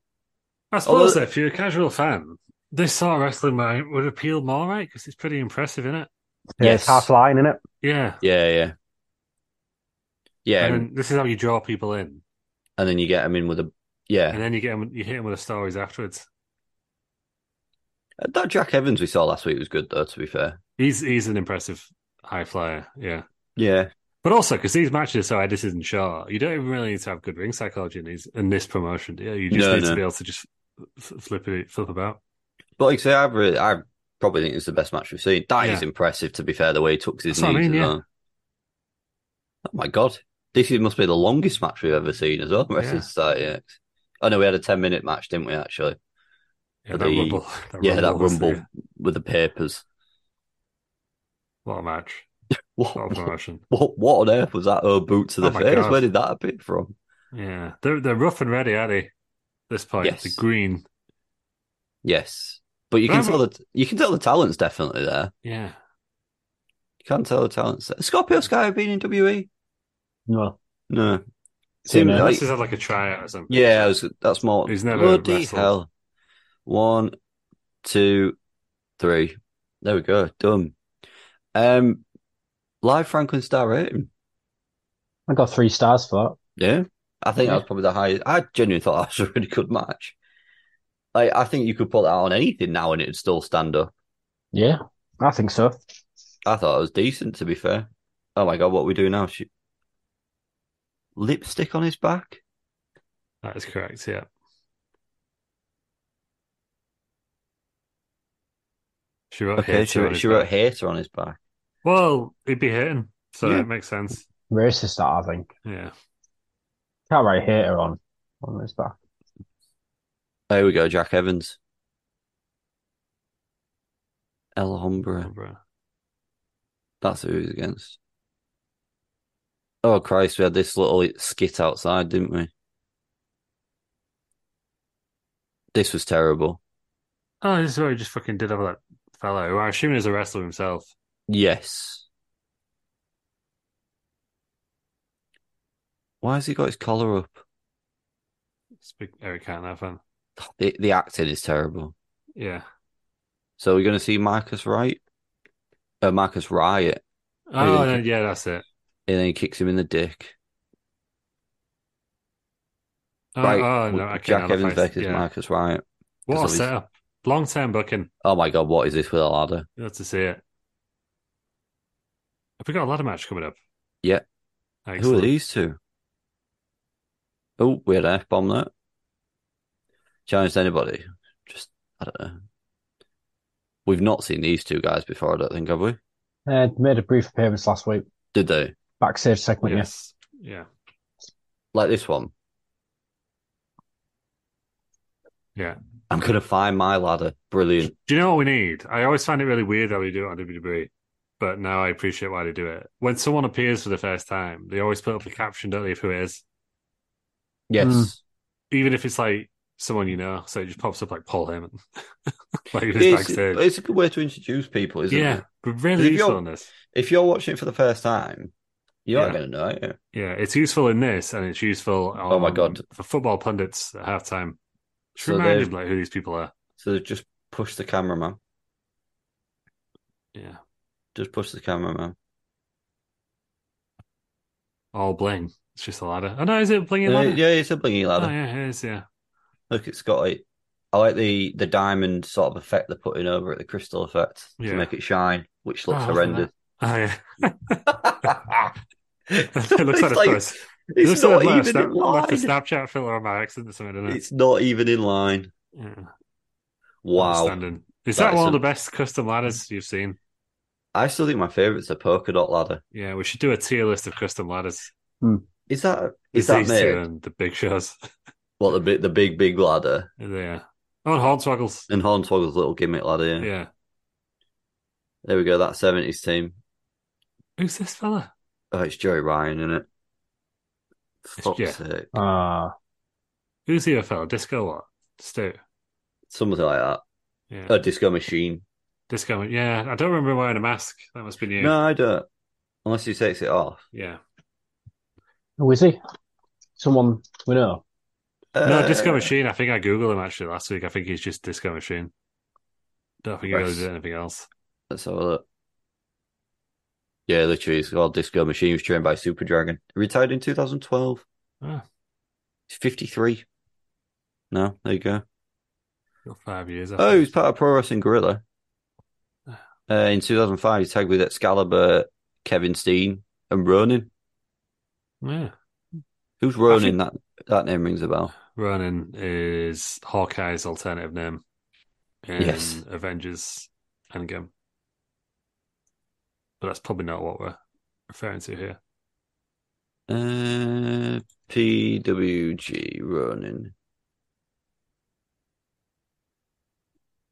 Speaker 2: I suppose
Speaker 1: Although-
Speaker 2: that if you're a casual fan, this sort of wrestling might, would appeal more, right? Because it's pretty impressive, isn't it?
Speaker 4: Yeah,
Speaker 1: Yes.
Speaker 4: it's half line, isn't it?
Speaker 2: Yeah.
Speaker 1: Yeah, yeah, yeah.
Speaker 2: And
Speaker 1: And,
Speaker 2: then this is how you draw people in,
Speaker 1: and then you get them in with a
Speaker 2: and
Speaker 1: yeah.
Speaker 2: then you get 'em- you hit them with the stories afterwards.
Speaker 1: That Jack Evans we saw last week was good though. To be fair,
Speaker 2: He's he's an impressive high flyer. Yeah.
Speaker 1: yeah,
Speaker 2: But also, because these matches are so edited and short, you don't even really need to have good ring psychology in these in this promotion. Do you? you just
Speaker 1: No,
Speaker 2: need
Speaker 1: no.
Speaker 2: to be able to just f- flip it, flip about.
Speaker 1: but like I say, I really, I probably think it's the best match we've seen. That is
Speaker 2: Yeah.
Speaker 1: impressive. To be fair, the way he tucks his
Speaker 2: That's what I
Speaker 1: knees
Speaker 2: mean,
Speaker 1: as
Speaker 2: yeah.
Speaker 1: well. Oh my god, this is, must be the longest match we've ever seen as well. Wrestling
Speaker 2: Yeah.
Speaker 1: Society X. Oh no, we had a ten minute match, didn't we? Actually,
Speaker 2: Yeah, that
Speaker 1: The-
Speaker 2: rumble. That
Speaker 1: yeah, that
Speaker 2: rumble was the-
Speaker 1: rumble with the papers.
Speaker 2: What a match. What a
Speaker 1: What,
Speaker 2: promotion.
Speaker 1: what, what on earth was that? Oh, boot to the
Speaker 2: Oh my
Speaker 1: face.
Speaker 2: God.
Speaker 1: Where did that appear from?
Speaker 2: Yeah, they're they're rough and ready, are they? At this point,
Speaker 1: Yes.
Speaker 2: the green.
Speaker 1: Yes, but you can tell
Speaker 2: Remember-
Speaker 1: that you can tell the talent's definitely there.
Speaker 2: Yeah,
Speaker 1: You can't tell the talent's there. Scorpio Sky have been in WE.
Speaker 4: No,
Speaker 1: No, Seems
Speaker 4: no.
Speaker 1: like-
Speaker 2: this is had like a tryout or something.
Speaker 1: yeah, I was, that's more.
Speaker 2: He's never
Speaker 1: bloody
Speaker 2: wrestled.
Speaker 1: hell. One, two, three. There we go. Done. Um, live Franklin star rating.
Speaker 4: I got three stars for
Speaker 1: Yeah, I think that was probably the highest. I genuinely thought that was a really good match. Like, I think you could put that on anything now and it'd still stand up.
Speaker 4: that. Yeah, I think so.
Speaker 1: I thought it was decent, to be fair. Oh my god, what we do now? She... Lipstick on his back?
Speaker 2: that is correct. Yeah, she wrote
Speaker 1: Okay,
Speaker 2: hater
Speaker 1: she,
Speaker 2: on
Speaker 1: wrote-
Speaker 2: his
Speaker 1: she wrote
Speaker 2: back.
Speaker 1: hater on his back.
Speaker 2: Well, he'd be hitting, so
Speaker 1: Yeah.
Speaker 2: it makes sense.
Speaker 4: Racist, that I think.
Speaker 2: Yeah,
Speaker 4: Can't write hater on on this back.
Speaker 1: There we go, Jack Evans. El Hombre.
Speaker 2: bro.
Speaker 1: That's who he's against. Oh Christ, we had this little skit outside, didn't we? This was terrible.
Speaker 2: Oh, this is where he just fucking did over that fellow, who I assume is a wrestler himself.
Speaker 1: Yes. Why has he got his collar up?
Speaker 2: It's big Eric Cantona fan.
Speaker 1: The the acting is terrible.
Speaker 2: Yeah.
Speaker 1: So we're gonna see Marcus Wright, uh, Marcus Riot,
Speaker 2: Oh,
Speaker 1: Really?
Speaker 2: no, yeah, that's it.
Speaker 1: and then he kicks him in the dick.
Speaker 2: Oh,
Speaker 1: right,
Speaker 2: oh no, I
Speaker 1: with
Speaker 2: can't.
Speaker 1: Jack
Speaker 2: have a
Speaker 1: Evans
Speaker 2: face.
Speaker 1: versus
Speaker 2: Yeah.
Speaker 1: Marcus Riot.
Speaker 2: What a
Speaker 1: Because of his-
Speaker 2: setup. Long term booking.
Speaker 1: Oh my god, what is this with a ladder?
Speaker 2: You'll have to see it. Have we got a ladder match coming up?
Speaker 1: Yeah. Who are
Speaker 2: Excellent.
Speaker 1: these two? Oh, we had an F bomb there. Challenged anybody? Just I don't know. We've not seen these two guys before, I don't think, have we?
Speaker 4: Uh, made a brief appearance last week.
Speaker 1: Did they?
Speaker 4: Backstage segment, yes.
Speaker 2: Yes. Yeah.
Speaker 1: like this one.
Speaker 2: Yeah.
Speaker 1: I'm gonna find my ladder. Brilliant.
Speaker 2: Do you know what we need? I always find it really weird how they do it on WWE, but now I appreciate why they do it. When someone appears for the first time, they always put up a caption, don't they, of who it is?
Speaker 1: Yes.
Speaker 4: Mm.
Speaker 2: Even if it's like someone you know, so it just pops up like Paul Heyman. like it is
Speaker 1: It's,
Speaker 2: backstage.
Speaker 1: it's a good way to introduce people, isn't
Speaker 2: yeah,
Speaker 1: it?
Speaker 2: but
Speaker 1: If
Speaker 2: really useful
Speaker 1: you're-
Speaker 2: in this.
Speaker 1: If you're watching it for the first time, you're
Speaker 2: Yeah.
Speaker 1: not gonna know it.
Speaker 2: Yeah, it's useful in this, and it's useful. On,
Speaker 1: Oh my God.
Speaker 2: for football pundits at halftime. Just
Speaker 1: So
Speaker 2: remind
Speaker 1: they've-
Speaker 2: them like who these people are.
Speaker 1: So just push the cameraman.
Speaker 2: Yeah,
Speaker 1: Just push the cameraman.
Speaker 2: all bling. It's just a ladder. Oh no, is it blingy
Speaker 1: Uh,
Speaker 2: ladder?
Speaker 1: yeah, it's a blingy
Speaker 2: oh,
Speaker 1: ladder.
Speaker 2: yeah, it is. Yeah,
Speaker 1: Look, it's got it. I like the the diamond sort of effect they're putting over it, the crystal effect
Speaker 2: Yeah.
Speaker 1: to make it shine, which looks
Speaker 2: Oh, look at
Speaker 1: horrendous.
Speaker 2: oh yeah.
Speaker 1: it's
Speaker 2: it looks like,
Speaker 1: like-
Speaker 2: a choice. It
Speaker 1: it's
Speaker 2: looks like
Speaker 1: not
Speaker 2: I've left,
Speaker 1: even in
Speaker 2: I've left a
Speaker 1: line.
Speaker 2: Snapchat filter on my accident or something. Isn't it?
Speaker 1: It's not even in line.
Speaker 2: Yeah,
Speaker 1: Wow.
Speaker 2: outstanding. Is
Speaker 1: That
Speaker 2: that,
Speaker 1: is
Speaker 2: one
Speaker 1: a-
Speaker 2: of the best custom ladders you've seen?
Speaker 1: I still think my favourite's the polka dot ladder.
Speaker 2: Yeah, we should do a tier list of custom ladders.
Speaker 1: Is that
Speaker 2: It's
Speaker 1: is that
Speaker 2: these two
Speaker 1: made?
Speaker 2: and the big shows.
Speaker 1: What the big the big big ladder
Speaker 2: yeah. Oh, and Hornswoggles.
Speaker 1: and Hornswoggle's little gimmick ladder? Yeah.
Speaker 2: Yeah.
Speaker 1: There we go. That seventies team.
Speaker 2: Who's this fella?
Speaker 1: Oh, it's Joey Ryan, isn't it? Fuck's
Speaker 2: yeah.
Speaker 1: sake.
Speaker 4: Ah,
Speaker 2: Who's the other fella? Disco what? Stu.
Speaker 1: Something like that.
Speaker 2: Yeah.
Speaker 1: A disco machine.
Speaker 2: Disco. Yeah. I don't remember him wearing a mask. That must be new.
Speaker 1: No, I don't. Unless he takes it off.
Speaker 2: Yeah.
Speaker 4: who is he? Someone we know.
Speaker 1: Uh,
Speaker 2: No, Disco Machine. I think I googled him actually last week. I think he's just Disco Machine. Don't think he really
Speaker 1: Nice.
Speaker 2: did anything else.
Speaker 1: Let's have a look. Yeah, literally, it's called Disco Machine. He was trained by Super Dragon. He retired in 2012.
Speaker 2: Ah.
Speaker 1: He's 53. No, there you go.
Speaker 2: Got five years. I
Speaker 1: Oh,
Speaker 2: think.
Speaker 1: he's part of Pro Wrestling Gorilla.
Speaker 2: Ah.
Speaker 1: Uh, in 2005, he tagged with Excalibur, Kevin Steen, and Ronin.
Speaker 2: Yeah.
Speaker 1: Who's Ronin? That that name rings a bell.
Speaker 2: Ronin is Hawkeye's alternative name in
Speaker 1: Yes.
Speaker 2: Avengers Endgame. But that's probably not what we're referring to here.
Speaker 1: Uh, PWG Ronin.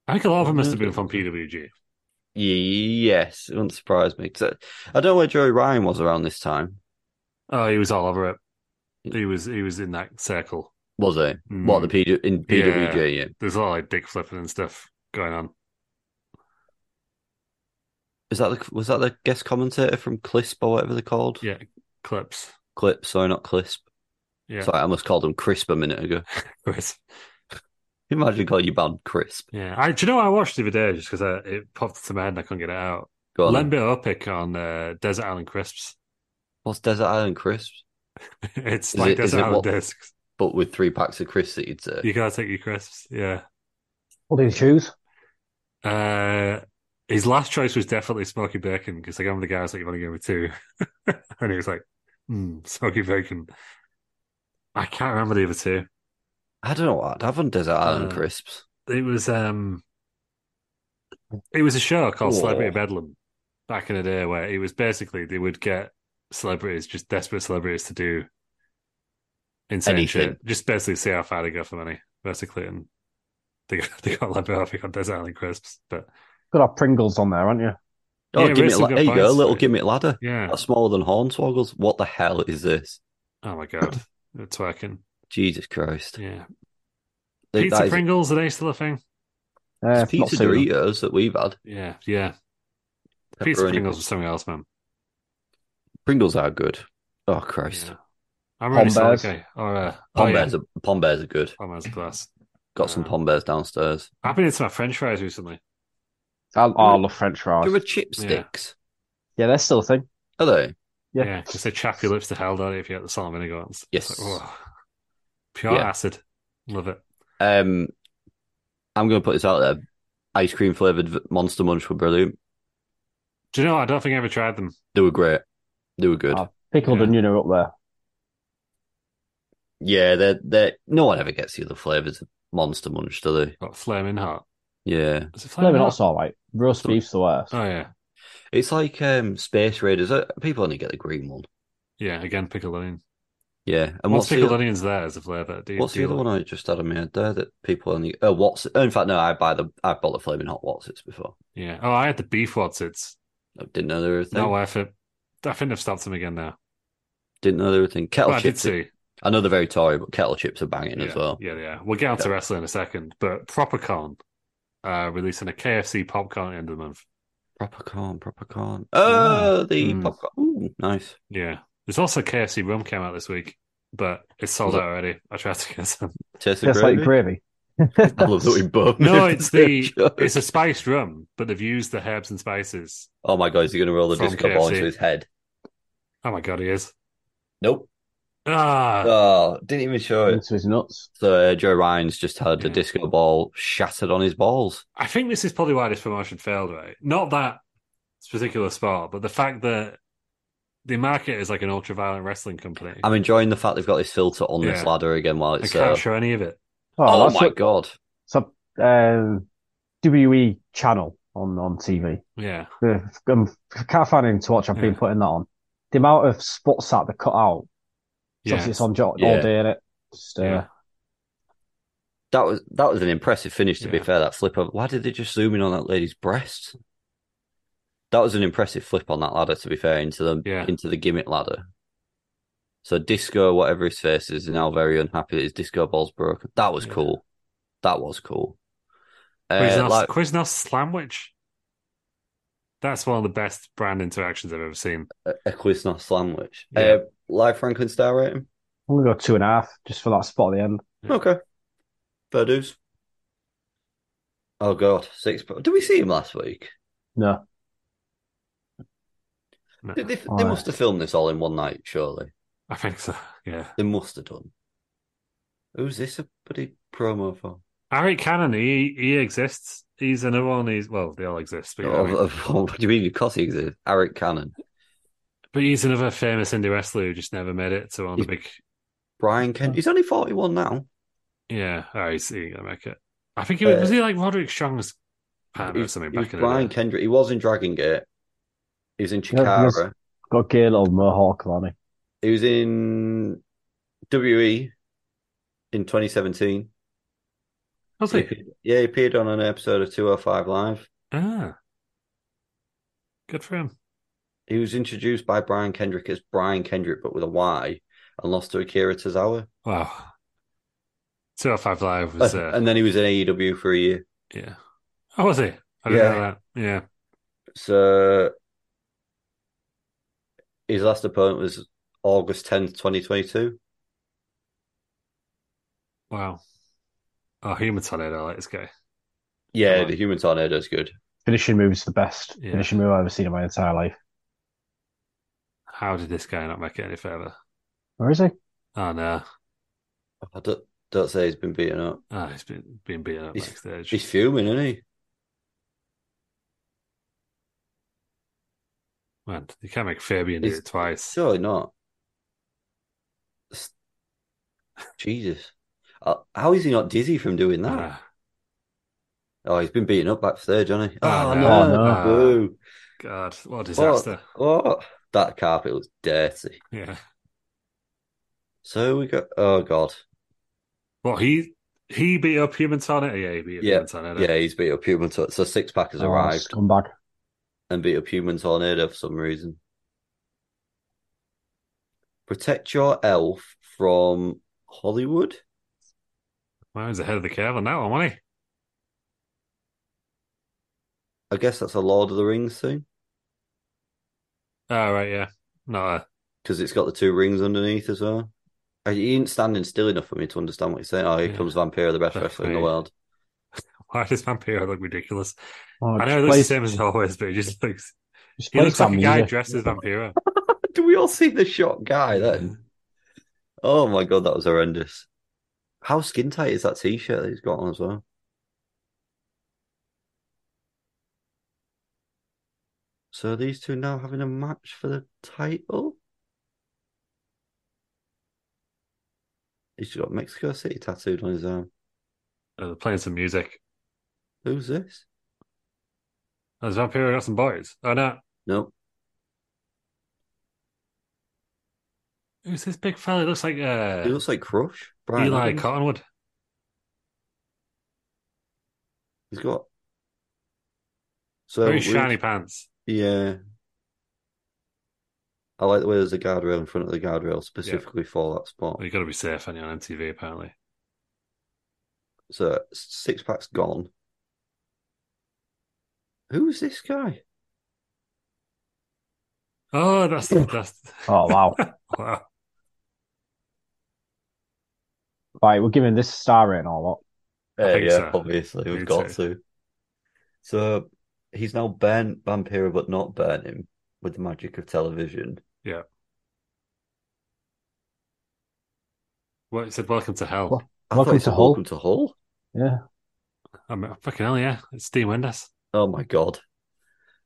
Speaker 2: I think a lot of them must have been from PWG.
Speaker 1: Yes, it wouldn't surprise me. 'Cause I, I don't know where Joey Ryan was around this time.
Speaker 2: Oh, he was all over it. He was he was in that circle. Mm.
Speaker 1: Was he? What
Speaker 2: Hmm.
Speaker 1: the P in PWG? Yeah.
Speaker 2: There's a lot of like, dick flipping and stuff going on.
Speaker 1: Is that the was that the guest commentator from Clisp or whatever they're called?
Speaker 2: Yeah, clips.
Speaker 1: Clip. Sorry, not Clisp.
Speaker 2: Yeah,
Speaker 1: Sorry, I almost called them Crisp a minute ago.
Speaker 2: Chris.
Speaker 1: Imagine calling your band Crisp.
Speaker 2: Yeah, I do you know what I watched the other day just because it popped into my head and I couldn't get it out.
Speaker 1: Go on.
Speaker 2: Lembe Opic on uh, Desert Island Crisps.
Speaker 1: What's Desert Island Crisps?
Speaker 2: it's
Speaker 1: Is
Speaker 2: like
Speaker 1: it- is
Speaker 2: Desert
Speaker 1: it
Speaker 2: Island
Speaker 1: what-
Speaker 2: Discs.
Speaker 1: But with three packs of crisps that you'd say.
Speaker 2: You gotta take your crisps. Yeah.
Speaker 4: What did he choose?
Speaker 2: Uh, his last choice was definitely Smoky Bacon because like, I'm the guy I was like, you've only given me two. and he was like, mm, Smoky Bacon. I can't remember the other two.
Speaker 1: I don't know what I'd have on Desert Island
Speaker 2: Uh,
Speaker 1: Crisps.
Speaker 2: It was um, it was a show called
Speaker 1: Aw.
Speaker 2: Celebrity Bedlam back in the day where it was basically they would get celebrities, just desperate celebrities, to do insane
Speaker 1: Anything.
Speaker 2: shit, just basically see how far they go for money, basically, and they got, they got Lemmy Opic on Desert Island Crisps, but
Speaker 4: Got our Pringles on there, aren't you?
Speaker 1: Oh,
Speaker 2: yeah,
Speaker 1: give me
Speaker 2: Ritz
Speaker 1: a
Speaker 2: have
Speaker 1: la-
Speaker 2: got
Speaker 1: there you go,
Speaker 2: bites,
Speaker 1: little
Speaker 2: right?
Speaker 1: give me a ladder.
Speaker 2: yeah,
Speaker 1: That's smaller than Hornswoggles. What the hell is this?
Speaker 2: Oh my god, they're twerking.
Speaker 1: Jesus Christ.
Speaker 2: Yeah,
Speaker 1: They-
Speaker 2: pizza
Speaker 1: that is-
Speaker 2: Pringles are they still a thing?
Speaker 4: Uh,
Speaker 1: it's pizza
Speaker 4: seen them.
Speaker 1: Doritos that we've had.
Speaker 2: Yeah, yeah. Pizza
Speaker 1: Pepperoni
Speaker 2: Pringles was something else, man.
Speaker 1: Pringles are good. Oh Christ.
Speaker 2: Yeah. I'm really
Speaker 4: Pom
Speaker 2: sorry.
Speaker 4: Bears.
Speaker 2: Okay, or uh, oh,
Speaker 1: Pom
Speaker 2: yeah.
Speaker 1: bears are pom bears are good.
Speaker 2: Pom Bears glass.
Speaker 1: Got some
Speaker 2: Yeah.
Speaker 1: pom bears downstairs.
Speaker 2: I've been into my French fries recently.
Speaker 4: I,
Speaker 1: Oh.
Speaker 4: I love French fries.
Speaker 1: There are chipsticks.
Speaker 4: Yeah, they're still a thing.
Speaker 1: Are they?
Speaker 4: Yeah.
Speaker 2: Yeah, because they chap your lips to hell, don't they? If you had the salt and vinegar ones. It's
Speaker 1: Yes.
Speaker 2: like, whoa. Pure
Speaker 1: Yeah.
Speaker 2: acid. Love it.
Speaker 1: Um I'm gonna put this out there. Ice cream flavoured monster munch were brilliant.
Speaker 2: Do you know? what? I don't think I ever tried them.
Speaker 1: They were great. They were good.
Speaker 4: Uh, pickled
Speaker 2: Yeah.
Speaker 4: onion are up there.
Speaker 1: Yeah, they're they no one ever gets the other flavours of Monster Munch, do they?
Speaker 2: Got flaming hot.
Speaker 1: Yeah.
Speaker 2: Is it
Speaker 4: No,
Speaker 2: flaming
Speaker 4: but
Speaker 2: hot?
Speaker 4: that's all right. Roast
Speaker 1: Sorry.
Speaker 4: beef's the worst.
Speaker 2: Oh yeah,
Speaker 1: It's like um Space Raiders. Uh, People only get the green one.
Speaker 2: yeah. Again, pickled onion.
Speaker 1: Yeah. And
Speaker 2: Once
Speaker 1: what's the,
Speaker 2: pickled onions there as a flavour. Do you-
Speaker 1: what's
Speaker 2: do
Speaker 1: the
Speaker 2: you
Speaker 1: other
Speaker 2: like-
Speaker 1: one I just had on my head there that people only uh what's in fact no, I buy the I bought the flaming hot Watsits before.
Speaker 2: Yeah. Oh, I had the beef watsits.
Speaker 1: I didn't know they were a thing.
Speaker 2: Not worth it. I think they've stopped them again now.
Speaker 1: Didn't know they were a thing. Kettle
Speaker 2: But I did
Speaker 1: chips. are-
Speaker 2: see.
Speaker 1: I know they're very Tory, but kettle chips are banging
Speaker 2: Yeah,
Speaker 1: as well.
Speaker 2: yeah, they are. We'll get on to
Speaker 1: Yeah.
Speaker 2: wrestling in a second. But Propercon uh, releasing a KFC popcorn at the end of the month.
Speaker 1: Proper corn, proper corn. Oh, the
Speaker 2: Mm.
Speaker 1: popcorn. Ooh, nice.
Speaker 2: Yeah. There's also KFC rum came out this week, but it's sold
Speaker 1: Was
Speaker 2: out
Speaker 1: it-
Speaker 2: already. I tried to get some.
Speaker 1: Tastes
Speaker 4: Tastes like gravy.
Speaker 1: I love that we both.
Speaker 2: No,
Speaker 1: made
Speaker 2: it's
Speaker 1: same
Speaker 2: the
Speaker 1: joke.
Speaker 2: it's a spiced rum, but they've used the herbs and spices.
Speaker 1: Oh my god, is he going to roll the
Speaker 2: From
Speaker 1: disco ball into
Speaker 2: KFC.
Speaker 1: his head?
Speaker 2: Oh my god, he is.
Speaker 1: Nope.
Speaker 2: Ah,
Speaker 1: Oh, didn't even show it.
Speaker 4: Into his nuts.
Speaker 1: So uh, Joe Ryan's just had a
Speaker 2: Yeah.
Speaker 1: disco ball shattered on his balls.
Speaker 2: I think this is probably why this promotion failed, right? Not that particular sport, but the fact that they market it as like an ultra violent wrestling company.
Speaker 1: I'm enjoying the fact they've got this filter on this
Speaker 2: Yeah.
Speaker 1: ladder again while
Speaker 2: I
Speaker 1: it's. Uh,
Speaker 2: can't show any of it.
Speaker 4: Oh,
Speaker 1: oh
Speaker 4: that's
Speaker 1: my
Speaker 4: what,
Speaker 1: god!
Speaker 4: so, um, WE E channel on, on TV.
Speaker 2: Yeah.
Speaker 4: The, um, can't find anything to watch. I've been
Speaker 2: Yeah.
Speaker 4: putting that on. The amount of spots that they cut out.
Speaker 2: Yeah.
Speaker 4: Obviously, it's on jo-
Speaker 1: Yeah.
Speaker 4: all day, innit? Just, uh,
Speaker 2: Yeah.
Speaker 1: That was that was an impressive finish. To be
Speaker 2: Yeah.
Speaker 1: fair, that flip over. Why did they just zoom in on that lady's breast? That was an impressive flip on that ladder. To be fair, into the
Speaker 2: Yeah.
Speaker 1: into the gimmick ladder. So disco, whatever his face is, is now very unhappy that his disco ball's broken. That was
Speaker 2: Yeah.
Speaker 1: cool. That was cool. Uh,
Speaker 2: Quiznos,
Speaker 1: like,
Speaker 2: Quiznos Slamwich. That's one of the best brand interactions I've ever seen.
Speaker 1: a, a Quiznos sandwich.
Speaker 2: Yeah.
Speaker 1: Uh, live Franklin star rating.
Speaker 4: I'm going to go two and a half just for that spot at the end.
Speaker 2: Yeah.
Speaker 1: Okay. Fair dues. Oh god, six. Did we see him last week?
Speaker 4: No.
Speaker 2: No,
Speaker 1: They, they, they
Speaker 4: Alright.
Speaker 1: must have filmed this all in one night, surely.
Speaker 2: I think so. Yeah.
Speaker 1: They must have done. Who's this a bloody promo for?
Speaker 2: Eric Cannon, he he exists. He's another one. He's well, they all exist, but, you know
Speaker 1: Oh,
Speaker 2: what I mean.
Speaker 1: of- of- what do you mean? Because he exists. Eric Cannon.
Speaker 2: But he's another famous indie wrestler who just never made it to one of the big.
Speaker 1: Brian Kent. He's only 41 now.
Speaker 2: Yeah, oh, he's, he ain't gonna make it. I think he was,
Speaker 1: Uh,
Speaker 2: was he like Roderick Strong's partner or
Speaker 1: He's-
Speaker 2: something
Speaker 1: he was
Speaker 2: back in
Speaker 1: Brian
Speaker 2: the day.
Speaker 1: Kendrick. He was in Dragon Gate. He was in
Speaker 4: he was-
Speaker 1: Chikara.
Speaker 4: Got a gay little mohawk, Lanny.
Speaker 1: He was E in WE in 2017.
Speaker 2: Was
Speaker 1: He
Speaker 2: he?
Speaker 1: appeared- Yeah, he appeared on an episode of 205 Live.
Speaker 2: Ah. Good for him.
Speaker 1: He was introduced by Brian Kendrick as Brian Kendrick, but with a Y, and lost to Akira Tozawa.
Speaker 2: Wow. 205 Live was. Uh,
Speaker 1: and then he was in AEW for a year.
Speaker 2: yeah. Oh, was he? I didn't
Speaker 1: Yeah.
Speaker 2: know that. Yeah.
Speaker 1: So his last opponent was August 10th, 2022.
Speaker 2: Wow. Oh, Human Tornado. I like this guy.
Speaker 1: Yeah,
Speaker 2: Come on.
Speaker 1: the human tornado is good.
Speaker 4: Finishing move is the best
Speaker 2: Yeah.
Speaker 4: finishing move I've ever seen in my entire life.
Speaker 2: How did this guy not make it any further?
Speaker 4: Where is he?
Speaker 2: Oh, no.
Speaker 1: I don't, don't say he's been beaten up.
Speaker 2: Oh, he's been, been beaten up
Speaker 1: He's-
Speaker 2: backstage.
Speaker 1: He's fuming, isn't he?
Speaker 2: Man, you can't make Fabian do
Speaker 1: He's-
Speaker 2: it twice.
Speaker 1: Surely not. S- Jesus. Uh, How is he not dizzy from doing that?
Speaker 2: Ah,
Speaker 1: Oh, he's been beaten up backstage, hasn't he?
Speaker 2: Oh,
Speaker 1: Oh,
Speaker 2: no.
Speaker 1: no.
Speaker 4: Oh,
Speaker 2: no.
Speaker 1: Boo.
Speaker 2: God, what a disaster.
Speaker 1: Oh, that carpet looks dirty.
Speaker 2: Yeah.
Speaker 1: So we got. Oh, God.
Speaker 2: Well, he he beat up Human Tornado. Yeah, he beat up
Speaker 1: Yeah.
Speaker 2: Human Tornado.
Speaker 1: Yeah, he's beat up Human Tornado. So Six Pack has
Speaker 4: Oh,
Speaker 1: arrived
Speaker 4: scumbag.
Speaker 1: and beat up Human Tornado for some reason. Protect your elf from Hollywood?
Speaker 2: Well, he's ahead of the curve on that one, wasn't he?
Speaker 1: I guess that's a Lord of the Rings thing
Speaker 2: Oh, right, yeah. Not a,
Speaker 1: because it's got the two rings underneath as well. And He ain't standing still enough for me to understand what he's saying. Oh, here
Speaker 2: Yeah.
Speaker 1: comes Vampiro, the best
Speaker 2: That's
Speaker 1: wrestler in the
Speaker 2: right.
Speaker 1: world.
Speaker 2: why does Vampiro look ridiculous?
Speaker 4: Oh,
Speaker 2: I
Speaker 4: just
Speaker 2: know it looks the
Speaker 4: plays-
Speaker 2: same as always, but he just looks
Speaker 4: just
Speaker 2: he
Speaker 4: plays
Speaker 2: looks like
Speaker 4: that
Speaker 2: a guy
Speaker 4: music.
Speaker 2: dressed as Vampiro.
Speaker 1: Do we all see the shot guy then? Oh my god, that was horrendous. How skin tight is that t shirt that he's got on as well? So are these two now having a match for the title? He's got Mexico City tattooed on his arm.
Speaker 2: Uh, they're playing some music.
Speaker 1: Who's this?
Speaker 2: Has Vampiro Oh, got some boys? Oh no.
Speaker 1: Nope.
Speaker 2: Who's this big fella? He looks like uh
Speaker 1: He looks like Crush. Brian
Speaker 2: Eli
Speaker 1: Adams.
Speaker 2: Cottonwood.
Speaker 1: He's got so
Speaker 2: Very
Speaker 1: we-
Speaker 2: shiny pants.
Speaker 1: Yeah. I like the way there's a guardrail in front of the guardrail specifically for that spot.
Speaker 2: Well, you gotta be safe on your on MTV apparently.
Speaker 1: So six pack's gone. Who's this guy?
Speaker 2: Oh that's that's
Speaker 4: Oh wow!
Speaker 2: wow.
Speaker 4: right, we're giving this a star rating or what?
Speaker 2: I think so.
Speaker 1: Uh, obviously
Speaker 2: Me
Speaker 1: we've got
Speaker 2: too.
Speaker 1: to. So he's now burnt Vampiro, but not burnt him with the magic of television.
Speaker 2: Well, it said welcome to hell.
Speaker 4: What?
Speaker 1: I thought
Speaker 4: Welcome
Speaker 1: he
Speaker 4: to
Speaker 1: said,
Speaker 4: Hull.
Speaker 1: Welcome to Hull.
Speaker 4: Yeah,
Speaker 2: I mean, fucking hell yeah. It's Steve Wenders.
Speaker 1: Oh my god.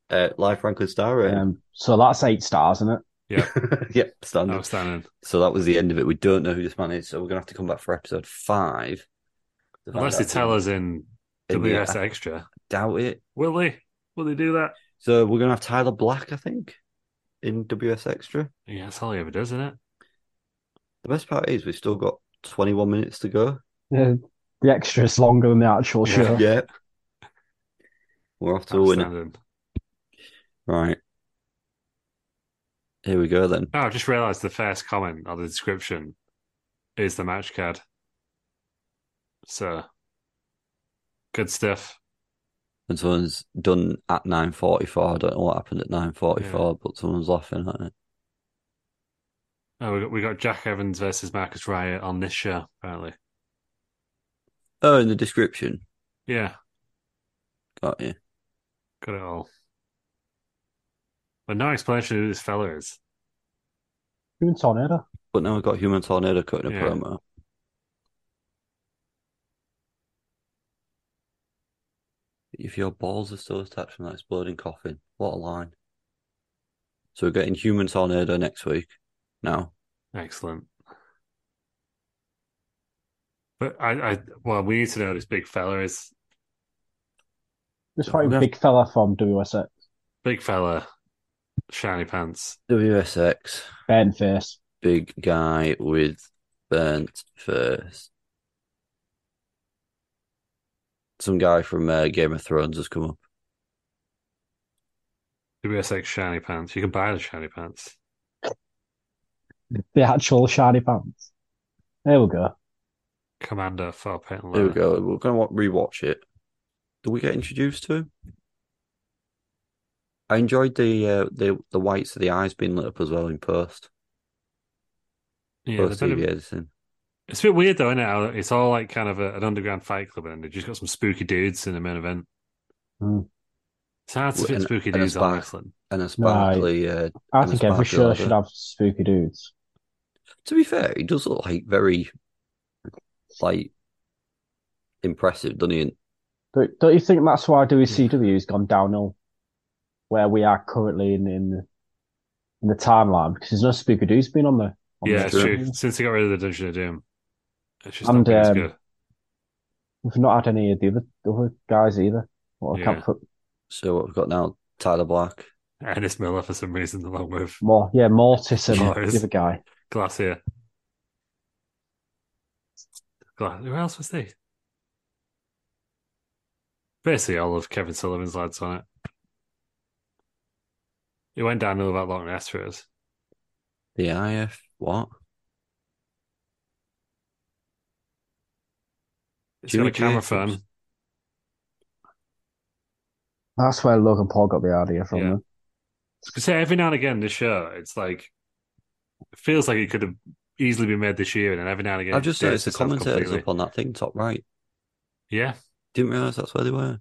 Speaker 1: Uh, Life Franklin Star rating.
Speaker 4: um, so that's eight stars, isn't it?
Speaker 1: yep, standard.
Speaker 2: Outstanding.
Speaker 1: So that was the end of it. We don't know who this man is, so we're gonna have to come back for episode five. to find
Speaker 2: Unless they
Speaker 1: out
Speaker 2: tell
Speaker 1: who-
Speaker 2: us in
Speaker 1: in the-
Speaker 2: WS
Speaker 1: I
Speaker 2: Extra.
Speaker 1: doubt it.
Speaker 2: Will they? Will they do that?
Speaker 1: So we're gonna have Tyler Black, I think, in WS Extra.
Speaker 2: Yeah, that's all he ever does, isn't it?
Speaker 1: The best part is we've still got 21 minutes to go.
Speaker 4: Yeah, the extra is longer than the actual
Speaker 2: Yeah.
Speaker 4: show.
Speaker 1: Yeah, we're off to a winner.
Speaker 2: Outstanding.
Speaker 1: Right, here we go then.
Speaker 2: No, Oh, I just realised the first comment or the description is the match card. So good stuff.
Speaker 1: And someone's done at 9:44. I don't know what happened at 9:44, but someone's laughing at it.
Speaker 2: Oh, we got we got Jack Evans versus Marcus Riot on this show, apparently.
Speaker 1: Oh, in the description,
Speaker 2: Yeah,
Speaker 1: got you.
Speaker 2: got it all. But no explanation who this fella is.
Speaker 4: Human tornado.
Speaker 1: But now I've got Human Tornado cutting a
Speaker 2: Yeah.
Speaker 1: promo. If your balls are still attached from that exploding coffin, what a line. So we're getting Human Tornado next week. Now,
Speaker 2: Excellent. But I, I well, we need to know who this big fella is.
Speaker 4: Just writing
Speaker 1: Yeah.
Speaker 4: big fella from WSX.
Speaker 2: Big fella, shiny pants.
Speaker 1: WSX,
Speaker 4: Ben face.
Speaker 1: big guy with burnt face. Some guy from uh, Game of Thrones has come up.
Speaker 2: WSX shiny pants. You can buy the shiny pants.
Speaker 4: The actual shiny pants. There we go.
Speaker 2: Commander for paint.
Speaker 1: There we go. We're going to rewatch it. Did we get introduced to him? I enjoyed the uh, the the whites of the eyes being lit up as well in post.
Speaker 2: Yeah,
Speaker 1: post
Speaker 2: they've done
Speaker 1: TV
Speaker 2: it-
Speaker 1: editing.
Speaker 2: it's a bit weird though, isn't it? How It's all like kind of a, an underground fight club, and they just got some spooky dudes in the main event.
Speaker 4: Mm.
Speaker 2: It's hard
Speaker 1: Hmm.
Speaker 2: to
Speaker 1: Well,
Speaker 2: fit
Speaker 1: and-
Speaker 2: spooky
Speaker 1: and a
Speaker 2: dudes on
Speaker 1: spark.
Speaker 2: wrestling.
Speaker 1: and a sparkly. Uh,
Speaker 4: I
Speaker 1: And a
Speaker 4: think
Speaker 1: sparkly
Speaker 4: every show
Speaker 1: lager.
Speaker 4: should have spooky dudes.
Speaker 1: to be fair, he does look like very like impressive, doesn't he?
Speaker 4: But don't you think that's why WCW has gone downhill where we are currently in in the, in the timeline? Because there's no spooky dudes being on the on
Speaker 2: Yeah,
Speaker 4: the
Speaker 2: it's
Speaker 1: true.
Speaker 2: true. Since they got rid of the Dungeon of Doom, it's just
Speaker 4: And,
Speaker 2: not been as
Speaker 4: um,
Speaker 2: good.
Speaker 4: We've not had any of the other the other guys either. Well, I
Speaker 2: Yeah.
Speaker 4: can't put
Speaker 1: So what we've got now, Tyler Black.
Speaker 2: Ennis Miller for some reason, along with
Speaker 4: more. Yeah, Mortis and
Speaker 2: Mortis.
Speaker 4: the other guy.
Speaker 2: Glacier. Gla- Who else was they? Basically, all of Kevin Sullivan's lads on it. It went downhill about Loch Ness for us.
Speaker 1: The IF what?
Speaker 2: It's
Speaker 1: Jimmy
Speaker 2: got a camera
Speaker 1: Jacobs.
Speaker 2: phone.
Speaker 4: That's where Logan Paul got the idea from.
Speaker 2: Yeah.
Speaker 4: then.
Speaker 2: So every now and again, this show, it's like it feels like it could have easily been made this year, and then every now and again,
Speaker 1: I've just
Speaker 2: it
Speaker 1: noticed the
Speaker 2: dates itself
Speaker 1: commentators
Speaker 2: completely.
Speaker 1: up on that thing, top right.
Speaker 2: Yeah,
Speaker 1: Didn't realise that's where they were.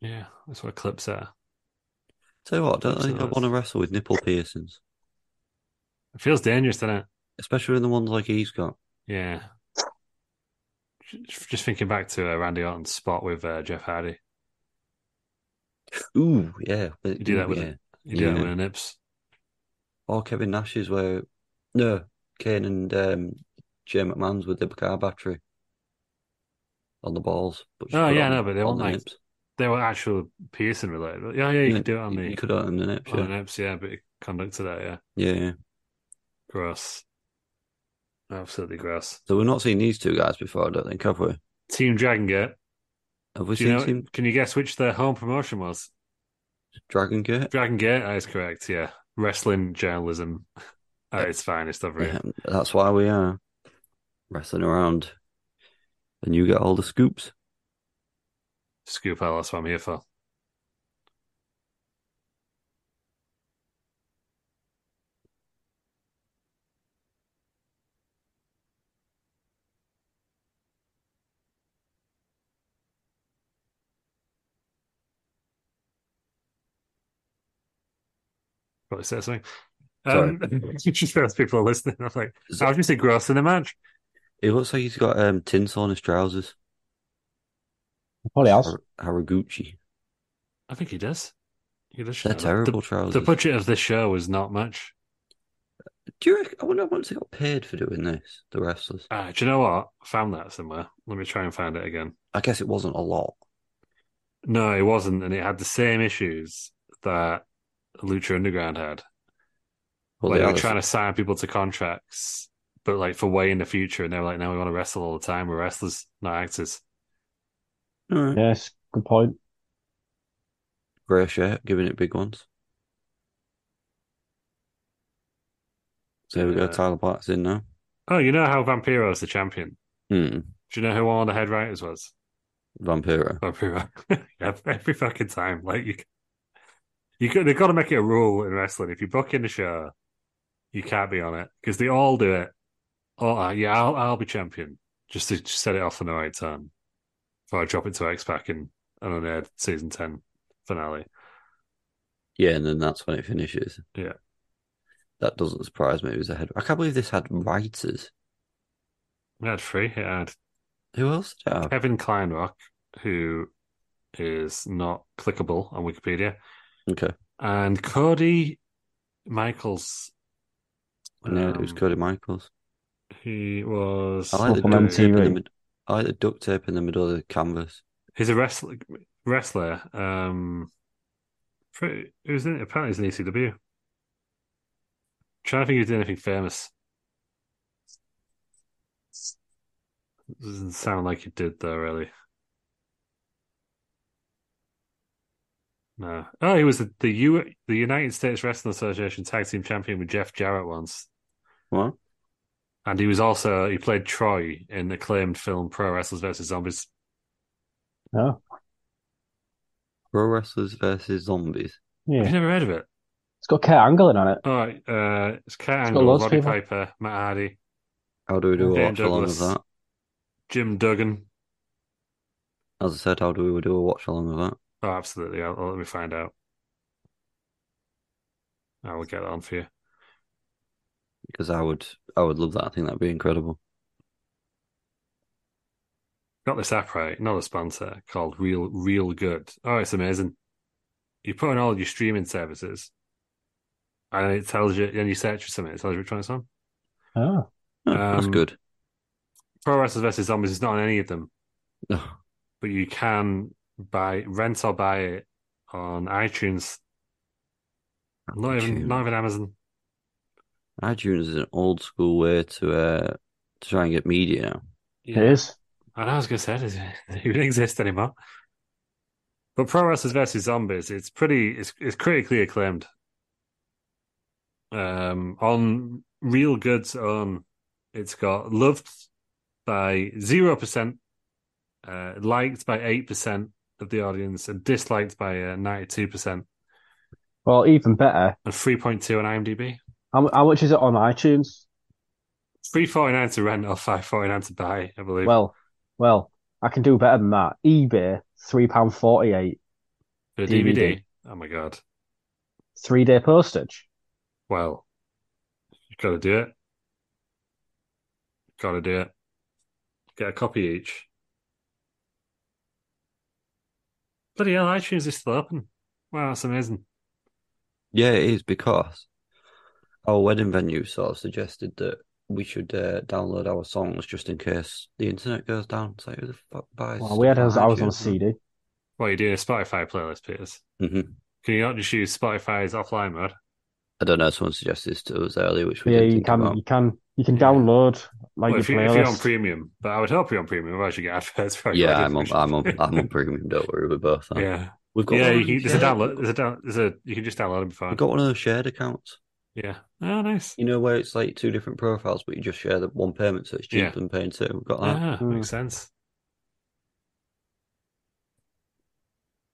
Speaker 2: yeah, that's what clips are.
Speaker 1: Tell you what, I don't think I
Speaker 2: Absolutely.
Speaker 1: want to wrestle with nipple piercings,
Speaker 2: It feels dangerous, doesn't it?
Speaker 1: especially in the ones like he's got.
Speaker 2: Yeah. J- Just thinking back to uh, Randy Orton's spot with uh, Jeff Hardy.
Speaker 1: Ooh, yeah. You
Speaker 2: do that with
Speaker 1: yeah.
Speaker 2: it. You do
Speaker 1: Yeah.
Speaker 2: that with the nips.
Speaker 1: Or Kevin Nash's where no, Kane and um Jay McMahon's with the car battery on the balls. But
Speaker 2: Oh,
Speaker 1: put it
Speaker 2: yeah,
Speaker 1: on-
Speaker 2: no, but they
Speaker 1: on
Speaker 2: want,
Speaker 1: the
Speaker 2: like,
Speaker 1: nips.
Speaker 2: They were actual piercing related. Yeah, yeah, you could do it on the,
Speaker 1: You could do it on the nips,
Speaker 2: on the
Speaker 1: yeah.
Speaker 2: nips, yeah, but it conducted that, yeah.
Speaker 1: yeah, yeah.
Speaker 2: Gross. Absolutely gross.
Speaker 1: So we've not seen these two guys before, I don't think, have we?
Speaker 2: Team Dragon Gate.
Speaker 1: Have we
Speaker 2: Do
Speaker 1: seen
Speaker 2: you know,
Speaker 1: Team
Speaker 2: can you guess which their home promotion was?
Speaker 1: Dragon Gate?
Speaker 2: Dragon Gate, that is correct, yeah. Wrestling journalism at its finest over here.
Speaker 1: Yeah, that's why we are wrestling around, and you get all the scoops.
Speaker 2: Scoop out, that's what I'm here for. Probably said something. Um, just for those people listening, I'm like,
Speaker 1: So-
Speaker 2: how did you say gross in the match?
Speaker 1: It looks like he's got um, tinsel on his trousers.
Speaker 4: Probably else.
Speaker 1: Har- Haraguchi.
Speaker 2: I think he does. He does
Speaker 1: They're
Speaker 2: show that.
Speaker 1: terrible
Speaker 2: The,
Speaker 1: trousers.
Speaker 2: the budget of this show was not much.
Speaker 1: Do you reckon, I wonder how much they got paid for doing this, the wrestlers?
Speaker 2: Uh, do you know what? I found that somewhere. Let me try and find it again.
Speaker 1: I guess it wasn't a lot.
Speaker 2: No, it wasn't, and it had the same issues that Lucha Underground had.
Speaker 1: Well, they
Speaker 2: like they
Speaker 1: are
Speaker 2: were
Speaker 1: the
Speaker 2: trying to sign people to contracts, but like for way in the future, and they were like, "No, we want to wrestle all the time. We're wrestlers, not actors."
Speaker 1: same. All right.
Speaker 4: Yes, good point.
Speaker 1: Grey shirt, giving it big ones. There we go.
Speaker 2: Yeah.
Speaker 1: Tyler Black's in now.
Speaker 2: Oh, you know how Vampiro's the champion.
Speaker 1: Mm,
Speaker 2: Do you know who one of the head writers was?
Speaker 1: Vampiro.
Speaker 2: Vampiro. yeah, every fucking time, like you, you could, they've got to make it a rule in wrestling. If you book in the show, you can't be on it because they all do it. Oh, uh, yeah, I'll, I'll be champion just to set it off on the right turn before I drop it to X Pac in an unaired season ten finale.
Speaker 1: Yeah, and then that's when it finishes.
Speaker 2: Yeah.
Speaker 1: That doesn't surprise me. It was ahead. I can't believe this had writers.
Speaker 2: We had three. It had
Speaker 1: Who else did it have?
Speaker 2: Kevin Kleinrock, who is not clickable on Wikipedia,
Speaker 1: Okay.
Speaker 2: and Cody Michaels.
Speaker 1: No, it was
Speaker 2: Um,
Speaker 1: Cody Michaels.
Speaker 2: He was.
Speaker 1: I like the
Speaker 4: From
Speaker 1: duct tape in the
Speaker 4: MTV.
Speaker 1: mid- I like the duct tape in the middle of the canvas.
Speaker 2: He's a wrestler. Wrestler. Um, pretty, he was in, apparently he's in ECW. Trying to think if he did anything famous. Doesn't sound like he did though, really. No. Oh, he was the the, U, the United States Wrestling Association tag team champion with Jeff Jarrett once.
Speaker 1: What?
Speaker 2: And he was also he played Troy in the acclaimed film Pro Wrestlers vs Zombies.
Speaker 4: No,
Speaker 1: Pro wrestlers versus zombies.
Speaker 2: You've
Speaker 4: yeah,
Speaker 2: never heard of it?
Speaker 4: it's got Kurt Angle in on it.
Speaker 2: All right, uh, it's Kurt
Speaker 4: It's got
Speaker 2: Angle,
Speaker 4: lots of
Speaker 2: Roddy
Speaker 4: people.
Speaker 2: Piper, Matt Hardy,
Speaker 1: How do we do a
Speaker 2: Oh, Dan
Speaker 1: watch along with
Speaker 2: Douglas.
Speaker 1: that?
Speaker 2: Jim Duggan.
Speaker 1: As I said, how do we do a watch along with that?
Speaker 2: Oh, absolutely. I'll, I'll- let me find out. I will get that on for you.
Speaker 1: Because I would, I would love that. I think that'd be incredible.
Speaker 2: Got this app right, another sponsor called Real Real Good. Oh, it's amazing. You put on all your streaming services, and it tells you. And you search for something, it tells you which one it's on.
Speaker 4: Oh,
Speaker 1: Oh, that's
Speaker 2: Um,
Speaker 1: good.
Speaker 2: Pro Wrestlers vs Zombies is not on any of them,
Speaker 1: Oh,
Speaker 2: but you can buy rent or buy it on iTunes. Not
Speaker 1: iTunes.
Speaker 2: even not even Amazon.
Speaker 1: iTunes is an old school way to uh, to try and get media now.
Speaker 4: it is.
Speaker 2: And I was going to say, does it it even exist anymore? But Pro Wrestlers versus Zombies, it's pretty, it's, it's critically acclaimed. Um, on Real Goods own, it's got loved by zero percent, uh, liked by eight percent of the audience, and disliked by uh, ninety-two percent,
Speaker 4: Well, even better.
Speaker 2: and three point two on IMDb.
Speaker 4: How, mu- how much is it on iTunes?
Speaker 2: Three forty-nine to rent or five forty-nine to buy, I believe.
Speaker 4: Well, well, I can do better than that. eBay, three pound forty-eight,
Speaker 2: for the
Speaker 4: DVD.
Speaker 2: DVD. Oh my god!
Speaker 4: three-day postage.
Speaker 2: Well, you got to do it. Got to do it. Get a copy each. Bloody hell, iTunes is still open. Wow, that's amazing.
Speaker 1: Yeah, it is because our wedding venue sort of suggested that we should uh, download our songs just in case the internet goes down. So who the fuck buys?
Speaker 4: Well, we had
Speaker 1: stuff
Speaker 4: ours. I was on
Speaker 1: iTunes?
Speaker 4: CD.
Speaker 2: What are you doing? A Spotify playlist, Peters?
Speaker 1: Mhm.
Speaker 2: Can you not just use Spotify's offline mode?
Speaker 1: I don't know. Someone suggested this to us earlier, which we
Speaker 4: Yeah,
Speaker 1: did
Speaker 4: you
Speaker 1: think
Speaker 4: can,
Speaker 1: about.
Speaker 4: you can, you can
Speaker 2: Yeah.
Speaker 4: download like
Speaker 2: Well,
Speaker 4: your
Speaker 2: if, you, if you're on
Speaker 4: playlist.
Speaker 2: premium, but I would hope you're on premium. Otherwise, you get adverts. for your
Speaker 1: Yeah, I'm on.
Speaker 2: edition.
Speaker 1: I'm on. I'm on premium. Don't worry, we're both on.
Speaker 2: yeah,
Speaker 1: We've got
Speaker 2: yeah.
Speaker 1: one
Speaker 2: You
Speaker 1: of
Speaker 2: can,
Speaker 1: them
Speaker 2: there's a
Speaker 1: shared-
Speaker 2: download. There's a down. There's a. You can just download them before.
Speaker 1: We've got one of those shared accounts.
Speaker 2: Yeah. Oh, nice.
Speaker 1: You know where it's like two different profiles, but you just share the one payment, so it's cheaper
Speaker 2: Yeah.
Speaker 1: than paying two. We've got that.
Speaker 2: Ah,
Speaker 4: Mm.
Speaker 2: makes sense.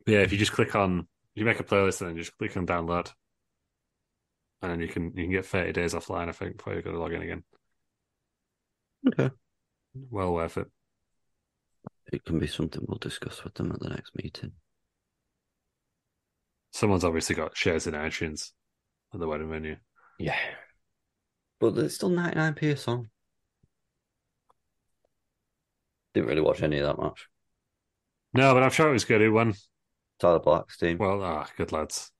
Speaker 2: Yeah, if you just click on, you make a playlist and then just click on download, and then you can you can get thirty days offline. I think before you've got to log in again.
Speaker 1: Okay,
Speaker 2: Well worth it.
Speaker 1: it can be something we'll discuss with them at the next meeting.
Speaker 2: Someone's obviously got shares in iTunes on the wedding venue.
Speaker 1: Yeah, but it's still 99p a song. Didn't really watch any of that much.
Speaker 2: No, but I'm sure it was good. Who won?
Speaker 1: Tyler Black's team.
Speaker 2: Well, ah, good lads.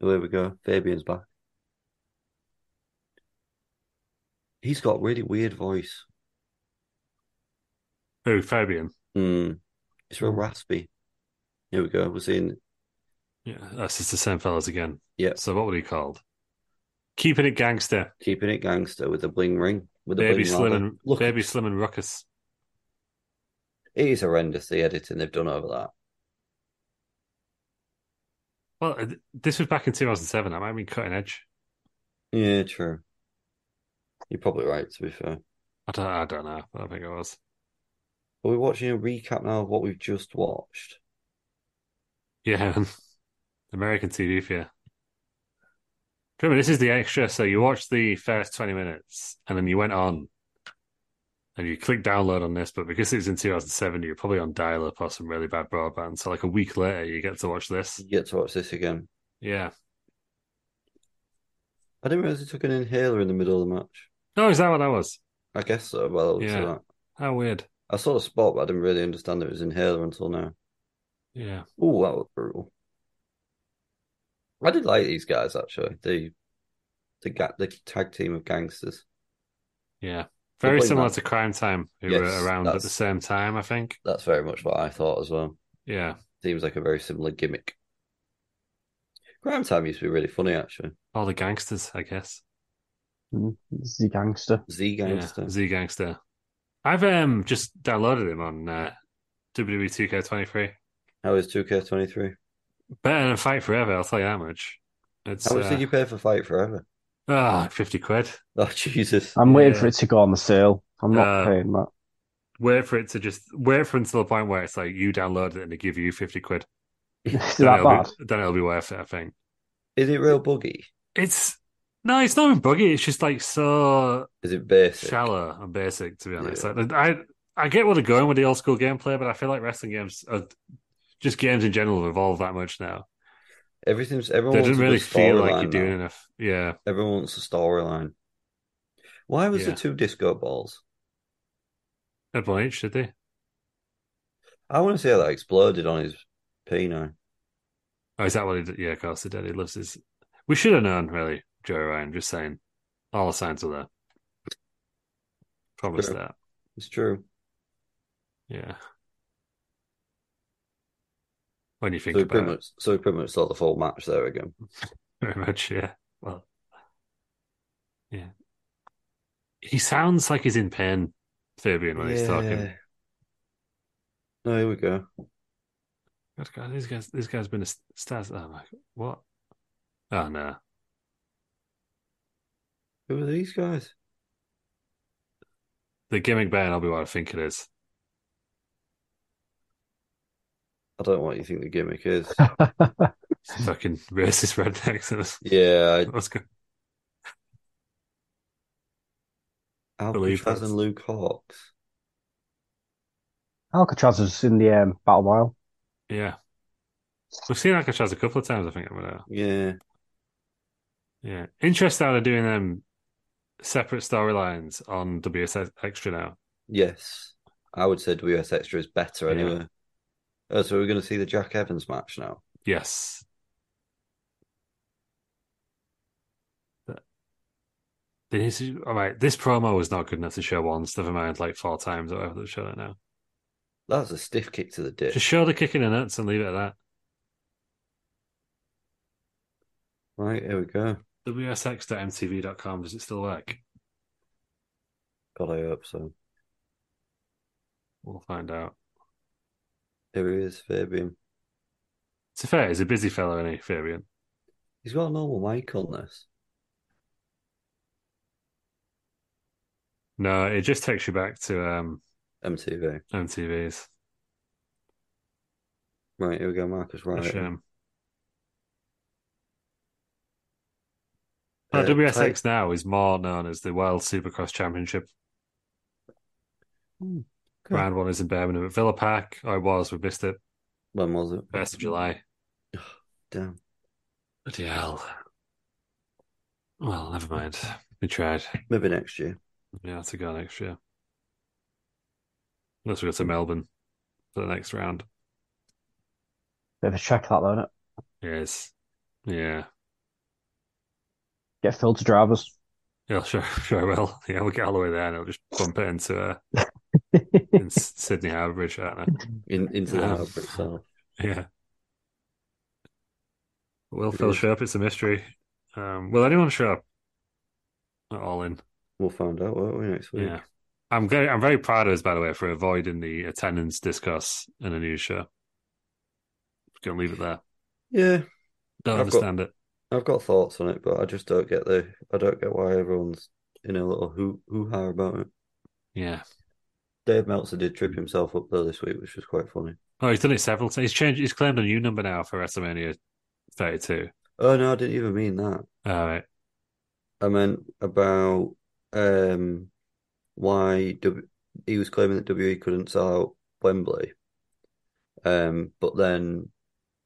Speaker 1: There we go. Fabian's back. He's got a really weird voice.
Speaker 2: Who? Fabian.
Speaker 1: Mm. It's
Speaker 2: Hmm.
Speaker 1: real raspy. Here we go. We're seeing.
Speaker 2: Yeah, that's just the same fellas again.
Speaker 1: Yeah.
Speaker 2: So what were he called? Keeping it gangster.
Speaker 1: Keeping it gangster with the bling ring. With the
Speaker 2: Baby
Speaker 1: bling
Speaker 2: Slim
Speaker 1: rather.
Speaker 2: and
Speaker 1: Look,
Speaker 2: Baby Slim and Ruckus.
Speaker 1: it is horrendous the editing they've done over that.
Speaker 2: Well, uh, th- this was back in 2007. That might have been cutting edge.
Speaker 1: Yeah, true. You're probably right, to be fair.
Speaker 2: I don't, I don't know. I don't think it was.
Speaker 1: Are we watching a recap now of what we've just watched?
Speaker 2: Yeah. American TV for you. Remember, this is the extra. So you watched the first 20 minutes and then you went on and you clicked download on this. But because it was in 2007, you were probably on dial up or some really bad broadband. So, like a week later, you get to watch this.
Speaker 1: You get to watch this again.
Speaker 2: Yeah.
Speaker 1: I didn't realize they took an inhaler in the middle of the match.
Speaker 2: Oh, is that what that was?
Speaker 1: I guess so. Well,
Speaker 2: Yeah.
Speaker 1: that.
Speaker 2: How weird.
Speaker 1: I saw the spot, but I didn't really understand that it was inhaler until now.
Speaker 2: Yeah.
Speaker 1: Oh, that was brutal. I did like these guys actually. The the ga- the tag team of gangsters.
Speaker 2: Yeah.
Speaker 1: Good
Speaker 2: Very
Speaker 1: point,
Speaker 2: similar
Speaker 1: man.
Speaker 2: to Crime Time, who
Speaker 1: Yes,
Speaker 2: were around at the
Speaker 1: that's-
Speaker 2: same time, I think.
Speaker 1: That's very much what I thought as well.
Speaker 2: Yeah.
Speaker 1: Seems like a very similar gimmick. Crime Time used to be really funny actually.
Speaker 2: All the gangsters, I guess.
Speaker 4: Mm, This is a gangster.
Speaker 1: Z gangster.
Speaker 2: Yeah, Z Gangster. I've um E just downloaded him on uh, WWE 2K23.
Speaker 1: How is 2K23?
Speaker 2: Better than Fight Forever, I'll tell you that much. It's
Speaker 1: How much
Speaker 2: uh,
Speaker 1: did you pay for Fight Forever?
Speaker 2: ah, 50 quid.
Speaker 1: Oh Jesus!
Speaker 4: I'm waiting for
Speaker 2: Yeah.
Speaker 4: it to go on the sale. I'm not
Speaker 2: Uh,
Speaker 4: paying that.
Speaker 2: Wait for it to just wait for until the point where it's like you download it and they give you 50 quid.
Speaker 4: Is
Speaker 2: Then
Speaker 4: that
Speaker 2: it'll
Speaker 4: bad?
Speaker 2: be- then it'll be worth it, I think.
Speaker 1: Is it real buggy?
Speaker 2: It's no, it's not even buggy. It's just like so
Speaker 1: Is it basic?
Speaker 2: shallow and basic, to be honest.
Speaker 1: Yeah.
Speaker 2: Like, I I get where they're going with the old school gameplay, but I feel like wrestling games, are, just games in general, have evolved that much now.
Speaker 1: Everything's
Speaker 2: they
Speaker 1: everyone
Speaker 2: didn't
Speaker 1: wants a
Speaker 2: really
Speaker 1: good
Speaker 2: feel like
Speaker 1: storyline
Speaker 2: you're doing
Speaker 1: now.
Speaker 2: enough. Yeah,
Speaker 1: Everyone wants a storyline. Why was
Speaker 2: Yeah.
Speaker 1: there two disco balls?
Speaker 2: Triple H did they?
Speaker 1: I want to say that exploded on his P9.
Speaker 2: Oh, is that what he did? Yeah, of course he did. He loves his. We should have known, really, Joe Ryan. Just saying, all the signs were there. Promise
Speaker 1: True.
Speaker 2: that.
Speaker 1: It's true.
Speaker 2: Yeah. When you think
Speaker 1: So we
Speaker 2: about
Speaker 1: pretty
Speaker 2: it,
Speaker 1: much, so we pretty much saw the full match there again.
Speaker 2: very much, yeah. Well, yeah. He sounds like he's in pain, Fabian, when he's talking.
Speaker 1: Yeah. No, Oh, here we go.
Speaker 2: God, God, this guy's this guy's been a s- star. Oh my, what? Oh no,
Speaker 1: Who are these guys?
Speaker 2: the gimmick band. I'll be what I think it is.
Speaker 1: I don't know what you think the gimmick is.
Speaker 2: Fucking racist rednecks. and us-
Speaker 1: yeah,
Speaker 2: Let's go.
Speaker 1: I,
Speaker 2: Believe
Speaker 1: Alcatraz
Speaker 2: that's-
Speaker 1: and Luke Hawks.
Speaker 4: Alcatraz was in the um, Battle Royal.
Speaker 2: Yeah. We've seen Alcatraz a couple of times, I think, over there.
Speaker 1: Yeah,
Speaker 2: Yeah. Interesting how they're doing um, separate storylines on WS Extra now.
Speaker 1: yes. I would say WS Extra is better
Speaker 2: Yeah.
Speaker 1: anyway. Oh, so we're going to see the Jack Evans match now.
Speaker 2: Yes. But- This is, all right, this promo was not good enough to show once, never mind like four times or whatever they show it now.
Speaker 1: That's a stiff kick to the dick.
Speaker 2: Just show the kick in the nuts and leave it at that.
Speaker 1: Right, here we go.
Speaker 2: WSX.mtv.com, does it still work?
Speaker 1: God, I hope so.
Speaker 2: We'll find out.
Speaker 1: Here he is, Fabian.
Speaker 2: To fair, he's a busy fellow, isn't he, Fabian?
Speaker 1: He's got a normal mic on this.
Speaker 2: No, it just takes you back to um,
Speaker 1: MTV.
Speaker 2: MTV's.
Speaker 1: Right, here we go, Marcus
Speaker 2: A
Speaker 1: Right.
Speaker 2: shame.
Speaker 1: Uh,
Speaker 2: Now, WSX now is more known as the World Supercross Championship.
Speaker 1: Hmm, good.
Speaker 2: Round one is in Birmingham at Villa Park. I was, we missed it.
Speaker 1: When was it?
Speaker 2: First of July.
Speaker 1: Damn.
Speaker 2: Bloody hell. Well, never mind. We tried.
Speaker 1: Maybe next year.
Speaker 2: Yeah, to go next year. Unless we go to Melbourne for the next round.
Speaker 4: Bit of a check that, though, innit?
Speaker 2: Yes. Yeah.
Speaker 4: Get filter drivers.
Speaker 2: Yeah, sure, sure I will. Yeah, we'll get all the way there and I'll just bump it into uh, in S- Sydney Harbour Bridge, I don't know.
Speaker 1: In, into the
Speaker 2: Um,
Speaker 1: house itself.
Speaker 2: Yeah. Will
Speaker 1: It
Speaker 2: Phil
Speaker 1: is.
Speaker 2: show up? It's a mystery. Um, will anyone show up? Not all in.
Speaker 1: We'll find out, won't we, next week?
Speaker 2: Yeah. I'm very, I'm very proud of us, by the way, for avoiding the attendance discuss in a news show. Gonna leave it there.
Speaker 1: Yeah.
Speaker 2: Don't
Speaker 1: I've got-
Speaker 2: understand it.
Speaker 1: I've got thoughts on it, but I just don't get the I don't get why everyone's in a little hoo hoo ha about it.
Speaker 2: Yeah.
Speaker 1: Dave Meltzer did trip himself up though this week, which was quite funny.
Speaker 2: Oh, he's done it several times. He's changed. He's claimed a new number now for WrestleMania 32.
Speaker 1: Oh no, I didn't even mean that.
Speaker 2: All right.
Speaker 1: I meant about um why w- he was claiming that WE couldn't sell out Wembley, um, but then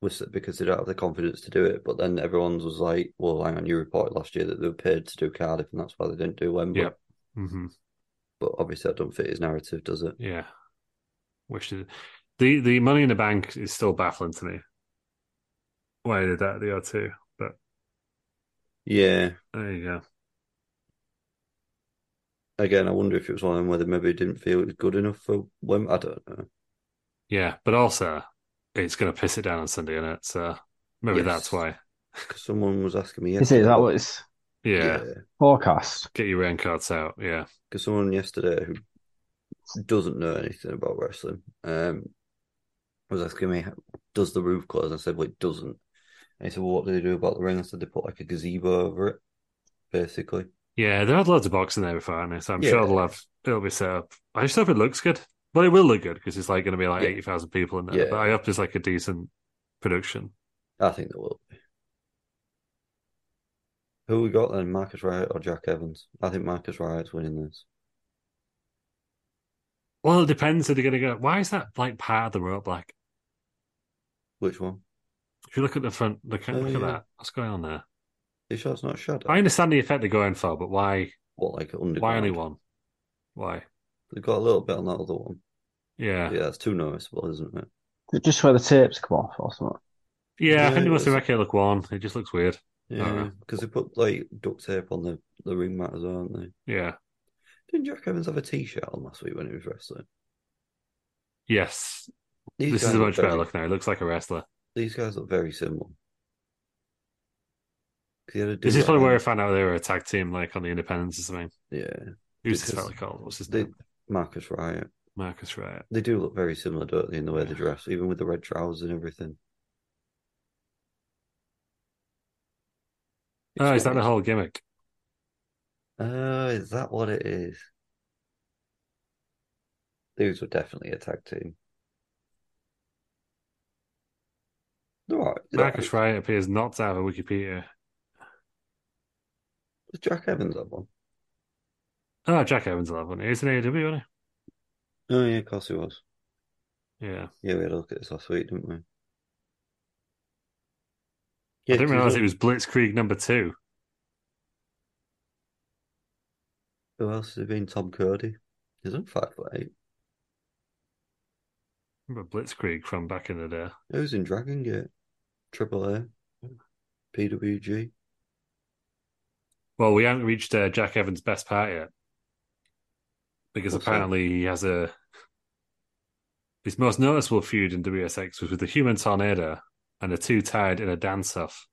Speaker 1: was because they don't have the confidence to do it. But then everyone's was like, "Well, hang on, you reported last year that they were paid to do Cardiff, and that's why they didn't do Wembley."
Speaker 2: Yep. hmm
Speaker 1: But obviously, that don't fit his narrative, does it?
Speaker 2: Yeah. Which is the the money in the bank is still baffling to me. Why they did that at the R two? But
Speaker 1: Yeah.
Speaker 2: there you go.
Speaker 1: Again, I wonder if it was one of them where they maybe didn't feel it was good enough for Wembley. I don't know.
Speaker 2: Yeah, but also it's going to piss it down on Sunday, isn't it? So maybe
Speaker 1: Yes.
Speaker 2: that's why.
Speaker 1: 'Cause someone was asking me
Speaker 4: Is it? Is that
Speaker 1: yesterday-
Speaker 4: what it's
Speaker 2: Yeah,
Speaker 4: forecast?
Speaker 2: get your raincoats out. Yeah,
Speaker 1: because someone yesterday who doesn't know anything about wrestling um, was asking me, does the roof close? I said, well, it doesn't. And he said, well, what do they do about the ring? I said, they put like a gazebo over it, basically.
Speaker 2: Yeah, they had loads of boxing there before, aren't they? so I'm
Speaker 1: Yeah.
Speaker 2: sure they'll have it'll be set up. I just hope it looks good. Well, it will look good because it's like going to be like
Speaker 1: Yeah.
Speaker 2: eighty thousand people in there.
Speaker 1: Yeah.
Speaker 2: But I hope there's like a decent production.
Speaker 1: I think they will. be. Who we got then, Marcus Wright or Jack Evans? I think Marcus Wright's winning this.
Speaker 2: Well, it depends if they're going to go. Why is that like part of the rope? Like,
Speaker 1: Which one?
Speaker 2: if you look at the front, look at,
Speaker 1: Oh,
Speaker 2: look at
Speaker 1: yeah.
Speaker 2: that. What's going on there?
Speaker 1: Are you sure it's not a shadow?
Speaker 2: I understand the effect they're going for, but why?
Speaker 1: What, like underground?
Speaker 2: Why only one? Why?
Speaker 1: They've got a little bit on that other one. Yeah,
Speaker 2: Yeah. yeah,
Speaker 1: that's too noticeable, isn't it?
Speaker 4: Just where the tapes come off or something.
Speaker 2: I think
Speaker 1: Yeah,
Speaker 2: they must be
Speaker 1: it's-
Speaker 2: making it look one. It just looks weird.
Speaker 1: Yeah, because Uh, they put like duct tape on the, the ring mat as well, aren't they?
Speaker 2: Yeah.
Speaker 1: Didn't Jack Evans have a t shirt on last week when he was wrestling?
Speaker 2: Yes.
Speaker 1: These
Speaker 2: this
Speaker 1: guys
Speaker 2: is a
Speaker 1: look
Speaker 2: much better
Speaker 1: very-
Speaker 2: look now. It looks like a wrestler.
Speaker 1: These guys look very similar. 'Cause he had a
Speaker 2: This is
Speaker 1: do-rag
Speaker 2: probably
Speaker 1: on.
Speaker 2: where I found out they were a tag team, like on the Independence or something.
Speaker 1: Yeah,
Speaker 2: Who's this
Speaker 1: Because
Speaker 2: fella called? What's his
Speaker 1: they,
Speaker 2: name?
Speaker 1: Marcus Riot.
Speaker 2: Marcus Wright.
Speaker 1: They do look very similar, don't they, in the way they dress, even with the red trousers and everything.
Speaker 2: Oh, is that the
Speaker 1: It's-
Speaker 2: whole gimmick?
Speaker 1: Oh, is that what it is? These were definitely a tag team. They're All right. they're all
Speaker 2: Marcus
Speaker 1: right.
Speaker 2: Wright appears not to have a Wikipedia.
Speaker 1: Does Jack Evans have one?
Speaker 2: Oh, Jack Evans will have one. He's an AEW, isn't
Speaker 1: Oh, yeah, of course he was.
Speaker 2: he? Yeah.
Speaker 1: Yeah, we had a look at this last week, didn't we?
Speaker 2: I didn't
Speaker 1: he's E
Speaker 2: realize
Speaker 1: not-
Speaker 2: it was Blitzkrieg number two.
Speaker 1: Who else has it been? Tom Cody. He's in five foot eight.
Speaker 2: Remember Blitzkrieg from back in the day?
Speaker 1: He was in Dragon Gate, Triple A, PWG.
Speaker 2: Well, we haven't reached uh, Jack Evans' best part yet because
Speaker 1: What's that?
Speaker 2: apparently he has a his most noticeable feud in WSX was with the Human Tornado and the two tied in a dance-off.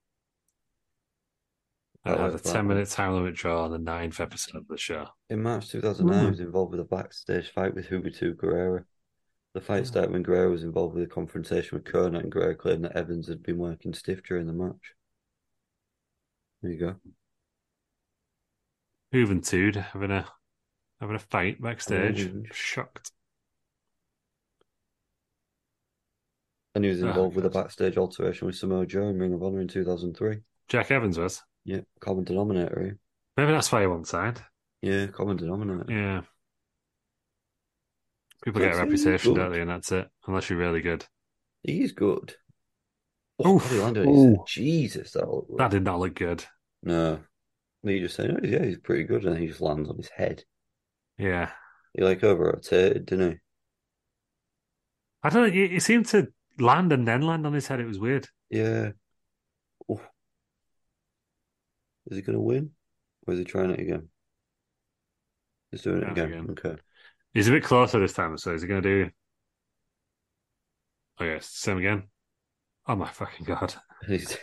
Speaker 2: And it
Speaker 1: Oh,
Speaker 2: had a
Speaker 1: that's that
Speaker 2: ten-minute time limit draw on the ninth episode of the show.
Speaker 1: In March 2009,
Speaker 2: Hmm.
Speaker 1: he was involved with a backstage fight with Huberto Guerrero. The fight
Speaker 2: Hmm.
Speaker 1: started when Guerrero was involved with a confrontation with Kerner, and Guerrero claimed that Evans had been working stiff during the match. There you go.
Speaker 2: Hooven Tude having a having a fight backstage.
Speaker 1: Ooh.
Speaker 2: Shocked.
Speaker 1: And he was
Speaker 2: Oh,
Speaker 1: involved with a
Speaker 2: God.
Speaker 1: backstage alteration with Samoa Joe in Ring of Honor in 2003.
Speaker 2: Jack Evans was.
Speaker 1: Yeah, common denominator.
Speaker 2: Maybe that's why he wasn't signed.
Speaker 1: eh? Yeah, common denominator.
Speaker 2: Yeah. People get a
Speaker 1: That's really
Speaker 2: reputation,
Speaker 1: good.
Speaker 2: don't they? And that's it. Unless you're really good.
Speaker 1: He's good. Oh,
Speaker 2: Oof.
Speaker 1: Bobby Lashley, he said,
Speaker 4: Ooh.
Speaker 1: Jesus, that looked
Speaker 2: That
Speaker 1: rough.
Speaker 2: did not look good.
Speaker 1: No. He just said, oh, yeah, he's pretty good. And then he just lands on his head.
Speaker 2: Yeah.
Speaker 1: He like over rotated, didn't he?
Speaker 2: I don't know. It, it seemed to land and then land on his head. It was weird.
Speaker 1: Yeah. Oof. Is he going to win? Or is he trying it again? He's doing it
Speaker 2: Yeah,
Speaker 1: again.
Speaker 2: again.
Speaker 1: Okay.
Speaker 2: He's a bit closer this time, so is he going to do. Oh, yeah. it's the Same again. Oh, my fucking God.
Speaker 1: He's...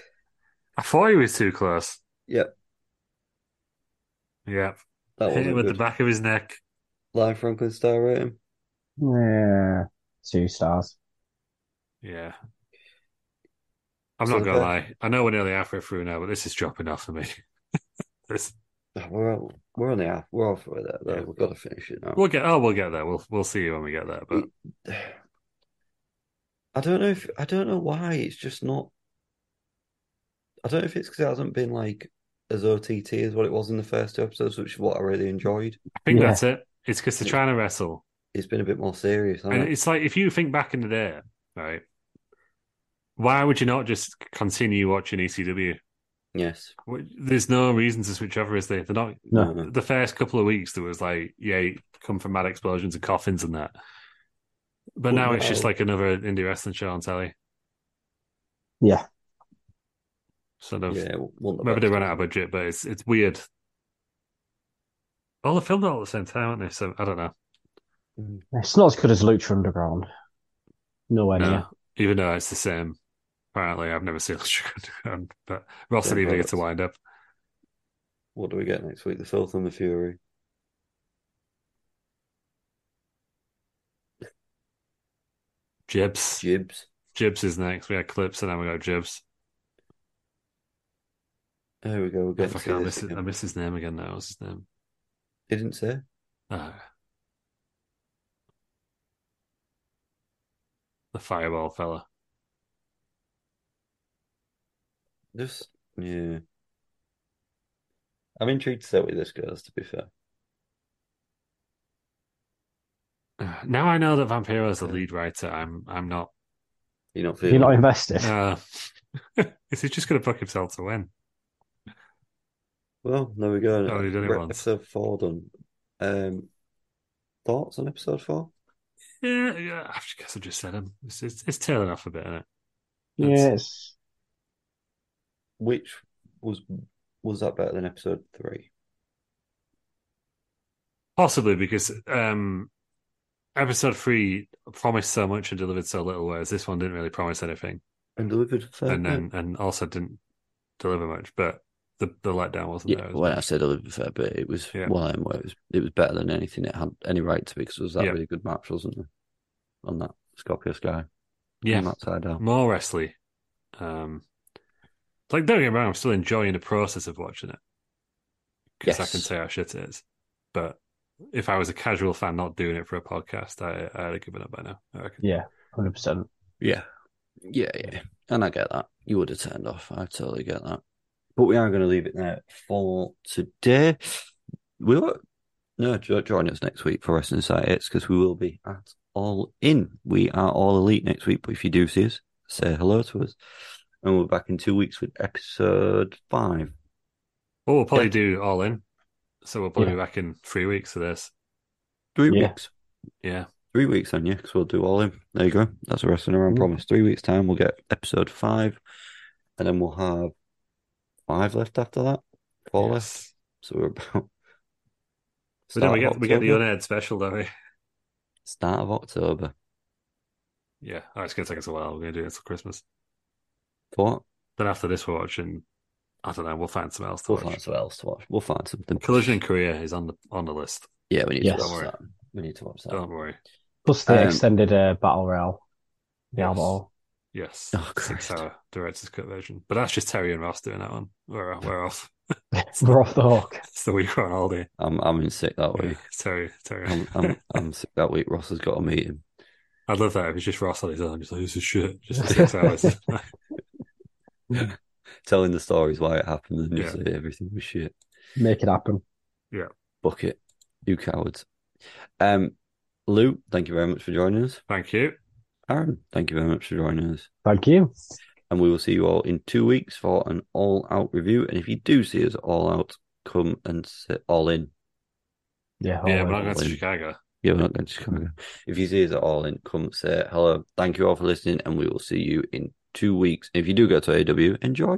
Speaker 2: I thought he was too close.
Speaker 1: Yep.
Speaker 2: Yep.
Speaker 1: That
Speaker 2: Hit him
Speaker 1: wasn't
Speaker 2: with the
Speaker 1: good.
Speaker 2: back of his neck.
Speaker 1: Live Franklin star rating.
Speaker 4: Yeah, two stars.
Speaker 2: Yeah. I'm
Speaker 1: So
Speaker 2: not
Speaker 1: the
Speaker 2: going to
Speaker 1: best-
Speaker 2: lie. I know we're nearly halfway through now, but this is dropping off for me. this,
Speaker 1: Oh, We're all, we're on the half. We're halfway there, though.
Speaker 2: Yeah.
Speaker 1: We've got to finish it now.
Speaker 2: We'll get. Oh, we'll get there. We'll we'll see when we get there. But
Speaker 1: I don't know if I don't know why it's just not. I don't know if it's because it hasn't been like as OTT as what it was in the first two episodes, which is what I really enjoyed.
Speaker 2: I think
Speaker 4: Yeah.
Speaker 2: that's it. It's because they're trying to wrestle,
Speaker 1: It's been a bit more serious. hasn't
Speaker 2: and
Speaker 1: it?
Speaker 2: it's like if you think back in the day, right? Why would you not just continue watching ECW?
Speaker 1: Yes.
Speaker 2: Wh- There's no reason to switch over, is there? They're not.
Speaker 4: No.
Speaker 2: The first couple of weeks, there was like, yeah, come from mad explosions and coffins and that. But
Speaker 1: Well,
Speaker 2: now it's just
Speaker 1: no.
Speaker 2: like another indie wrestling show on telly.
Speaker 4: Yeah,
Speaker 2: Sort of.
Speaker 1: Yeah. One of the
Speaker 2: Maybe they
Speaker 1: best.
Speaker 2: run out of budget, but it's it's weird. Well, they filmed it all at the same time, aren't they? So I don't know.
Speaker 4: it's not as good as Lucha Underground. Nowhere
Speaker 2: No,
Speaker 4: near.
Speaker 2: even though it's the same. Apparently, I've never seen Lucha Underground, but Ross
Speaker 1: Same
Speaker 2: didn't even get
Speaker 1: products.
Speaker 2: to wind up.
Speaker 1: What do we get next week? The Filth and the Fury.
Speaker 2: Jibs.
Speaker 1: Jibs.
Speaker 2: Jibs is next. We had clips, and then we got Jibs.
Speaker 1: There we go. We're
Speaker 2: I,
Speaker 1: getting
Speaker 2: fucking, I,
Speaker 1: to this
Speaker 2: miss it, I
Speaker 1: again.
Speaker 2: miss his name again now. What's his name?
Speaker 1: Didn't say.
Speaker 2: Ah. the fireball fella.
Speaker 1: Just yeah. I'm intrigued to see where this goes. To be fair,
Speaker 2: Ah, Now I know that Vampiro is the lead writer. I'm I'm not.
Speaker 1: you're not
Speaker 4: You're
Speaker 1: feeling.
Speaker 4: not invested.
Speaker 2: Uh, is he just going to fuck himself to win?
Speaker 1: Well, there we go.
Speaker 2: Oh, you've done it
Speaker 1: Re-
Speaker 2: once.
Speaker 1: Episode four done. Um, thoughts on episode four?
Speaker 2: Yeah, yeah. I guess I just said him. It's, it's, it's tailing off a bit, isn't it?
Speaker 4: yeah, it's
Speaker 1: Which was was that better than episode three?
Speaker 2: Possibly because um, episode three promised so much and delivered so little, whereas this one didn't really promise anything,
Speaker 1: And delivered fair.
Speaker 2: and then and also didn't deliver much. But the the letdown wasn't
Speaker 1: yeah,
Speaker 2: there. as
Speaker 1: when I
Speaker 2: much.
Speaker 1: said delivered fair, but it was
Speaker 2: Yeah.
Speaker 1: one of them where it was it was better than anything it had any right to be because it was that
Speaker 2: Yeah.
Speaker 1: really good match, wasn't it? On that Scorpio Sky,
Speaker 2: yeah,
Speaker 1: from upside down.
Speaker 2: more wrestling. Um, like don't get me wrong, I'm still enjoying the process of watching it because I
Speaker 1: Yes.
Speaker 2: can say how shit it is. But if I was a casual fan not doing it for a podcast, I I'd have given up by now. I reckon.
Speaker 4: yeah, hundred percent.
Speaker 1: Yeah. Yeah, yeah. And I get that. You would have turned off. I totally get that. But we are going to leave it there for today. We will no jo- join us next week for Wrestling Site It's because we will be at All In. We are all elite next week. But if you do see us, say hello to us. And we're back in two weeks with episode five.
Speaker 2: Oh, Well, we'll probably
Speaker 1: Yeah.
Speaker 2: do all in, so we'll probably
Speaker 4: Yeah.
Speaker 2: be back in three weeks for this.
Speaker 1: Three
Speaker 4: Yeah.
Speaker 1: weeks.
Speaker 2: Yeah.
Speaker 1: Three weeks then, yeah, because we'll do all in. There you go. That's a wrestling around
Speaker 4: Mm.
Speaker 1: promise. Three weeks' time, we'll get episode five, and then we'll have five left after that. Four left.
Speaker 2: Yes.
Speaker 1: So we're about
Speaker 2: But then
Speaker 1: start
Speaker 2: we
Speaker 1: of
Speaker 2: get we get the
Speaker 1: October.
Speaker 2: unaired special, don't we?
Speaker 1: start of October.
Speaker 2: Yeah. Oh, it's gonna take us a while. We're gonna do it till Christmas.
Speaker 1: What?
Speaker 2: Then after this, we're watching. I don't know. We'll find something else to
Speaker 1: We'll
Speaker 2: watch.
Speaker 1: find something else to watch. We'll find something.
Speaker 2: Collision in Korea is on the on the list.
Speaker 1: Yeah, we need
Speaker 4: Yes.
Speaker 1: to watch
Speaker 2: Don't worry.
Speaker 1: that. We need to watch that.
Speaker 2: Don't worry.
Speaker 4: Plus the
Speaker 1: Um,
Speaker 4: extended uh, battle royale, the
Speaker 2: Yes.
Speaker 4: Alamo.
Speaker 2: Yes.
Speaker 1: Oh,
Speaker 2: Six
Speaker 1: Christ.
Speaker 2: hour director's cut version. But that's just Terry and Ross doing that one. We're, we're off.
Speaker 4: We're off the hook.
Speaker 2: It's the week we're on holiday.
Speaker 1: I'm I'm in sick that week.
Speaker 2: It's Terry, Terry.
Speaker 1: Oh, I'm I'm I'm sick that week. Ross has got a meeting.
Speaker 2: I'd love that if it's just Ross on his own. Just like, this is shit. Just for six hours.
Speaker 1: Telling the stories why it happened and you
Speaker 2: Yeah.
Speaker 1: say everything was shit.
Speaker 4: Make it happen.
Speaker 1: bucket. You cowards. Um, Lou, thank you very much for joining us.
Speaker 2: Thank you.
Speaker 1: Aaron, thank you very much for joining us.
Speaker 4: Thank you.
Speaker 1: And we will see you all in two weeks for an all out review. And if you do see us all out, come and sit all in.
Speaker 4: Yeah. oh,
Speaker 2: yeah,
Speaker 4: all
Speaker 2: we're not
Speaker 4: in.
Speaker 2: going to
Speaker 1: Ollie.
Speaker 2: Chicago.
Speaker 1: Yeah, we're not going to Chicago. If you see us at all in, come say hello. Thank you all for listening, and we will see you in two weeks. If you do go to AW, enjoy.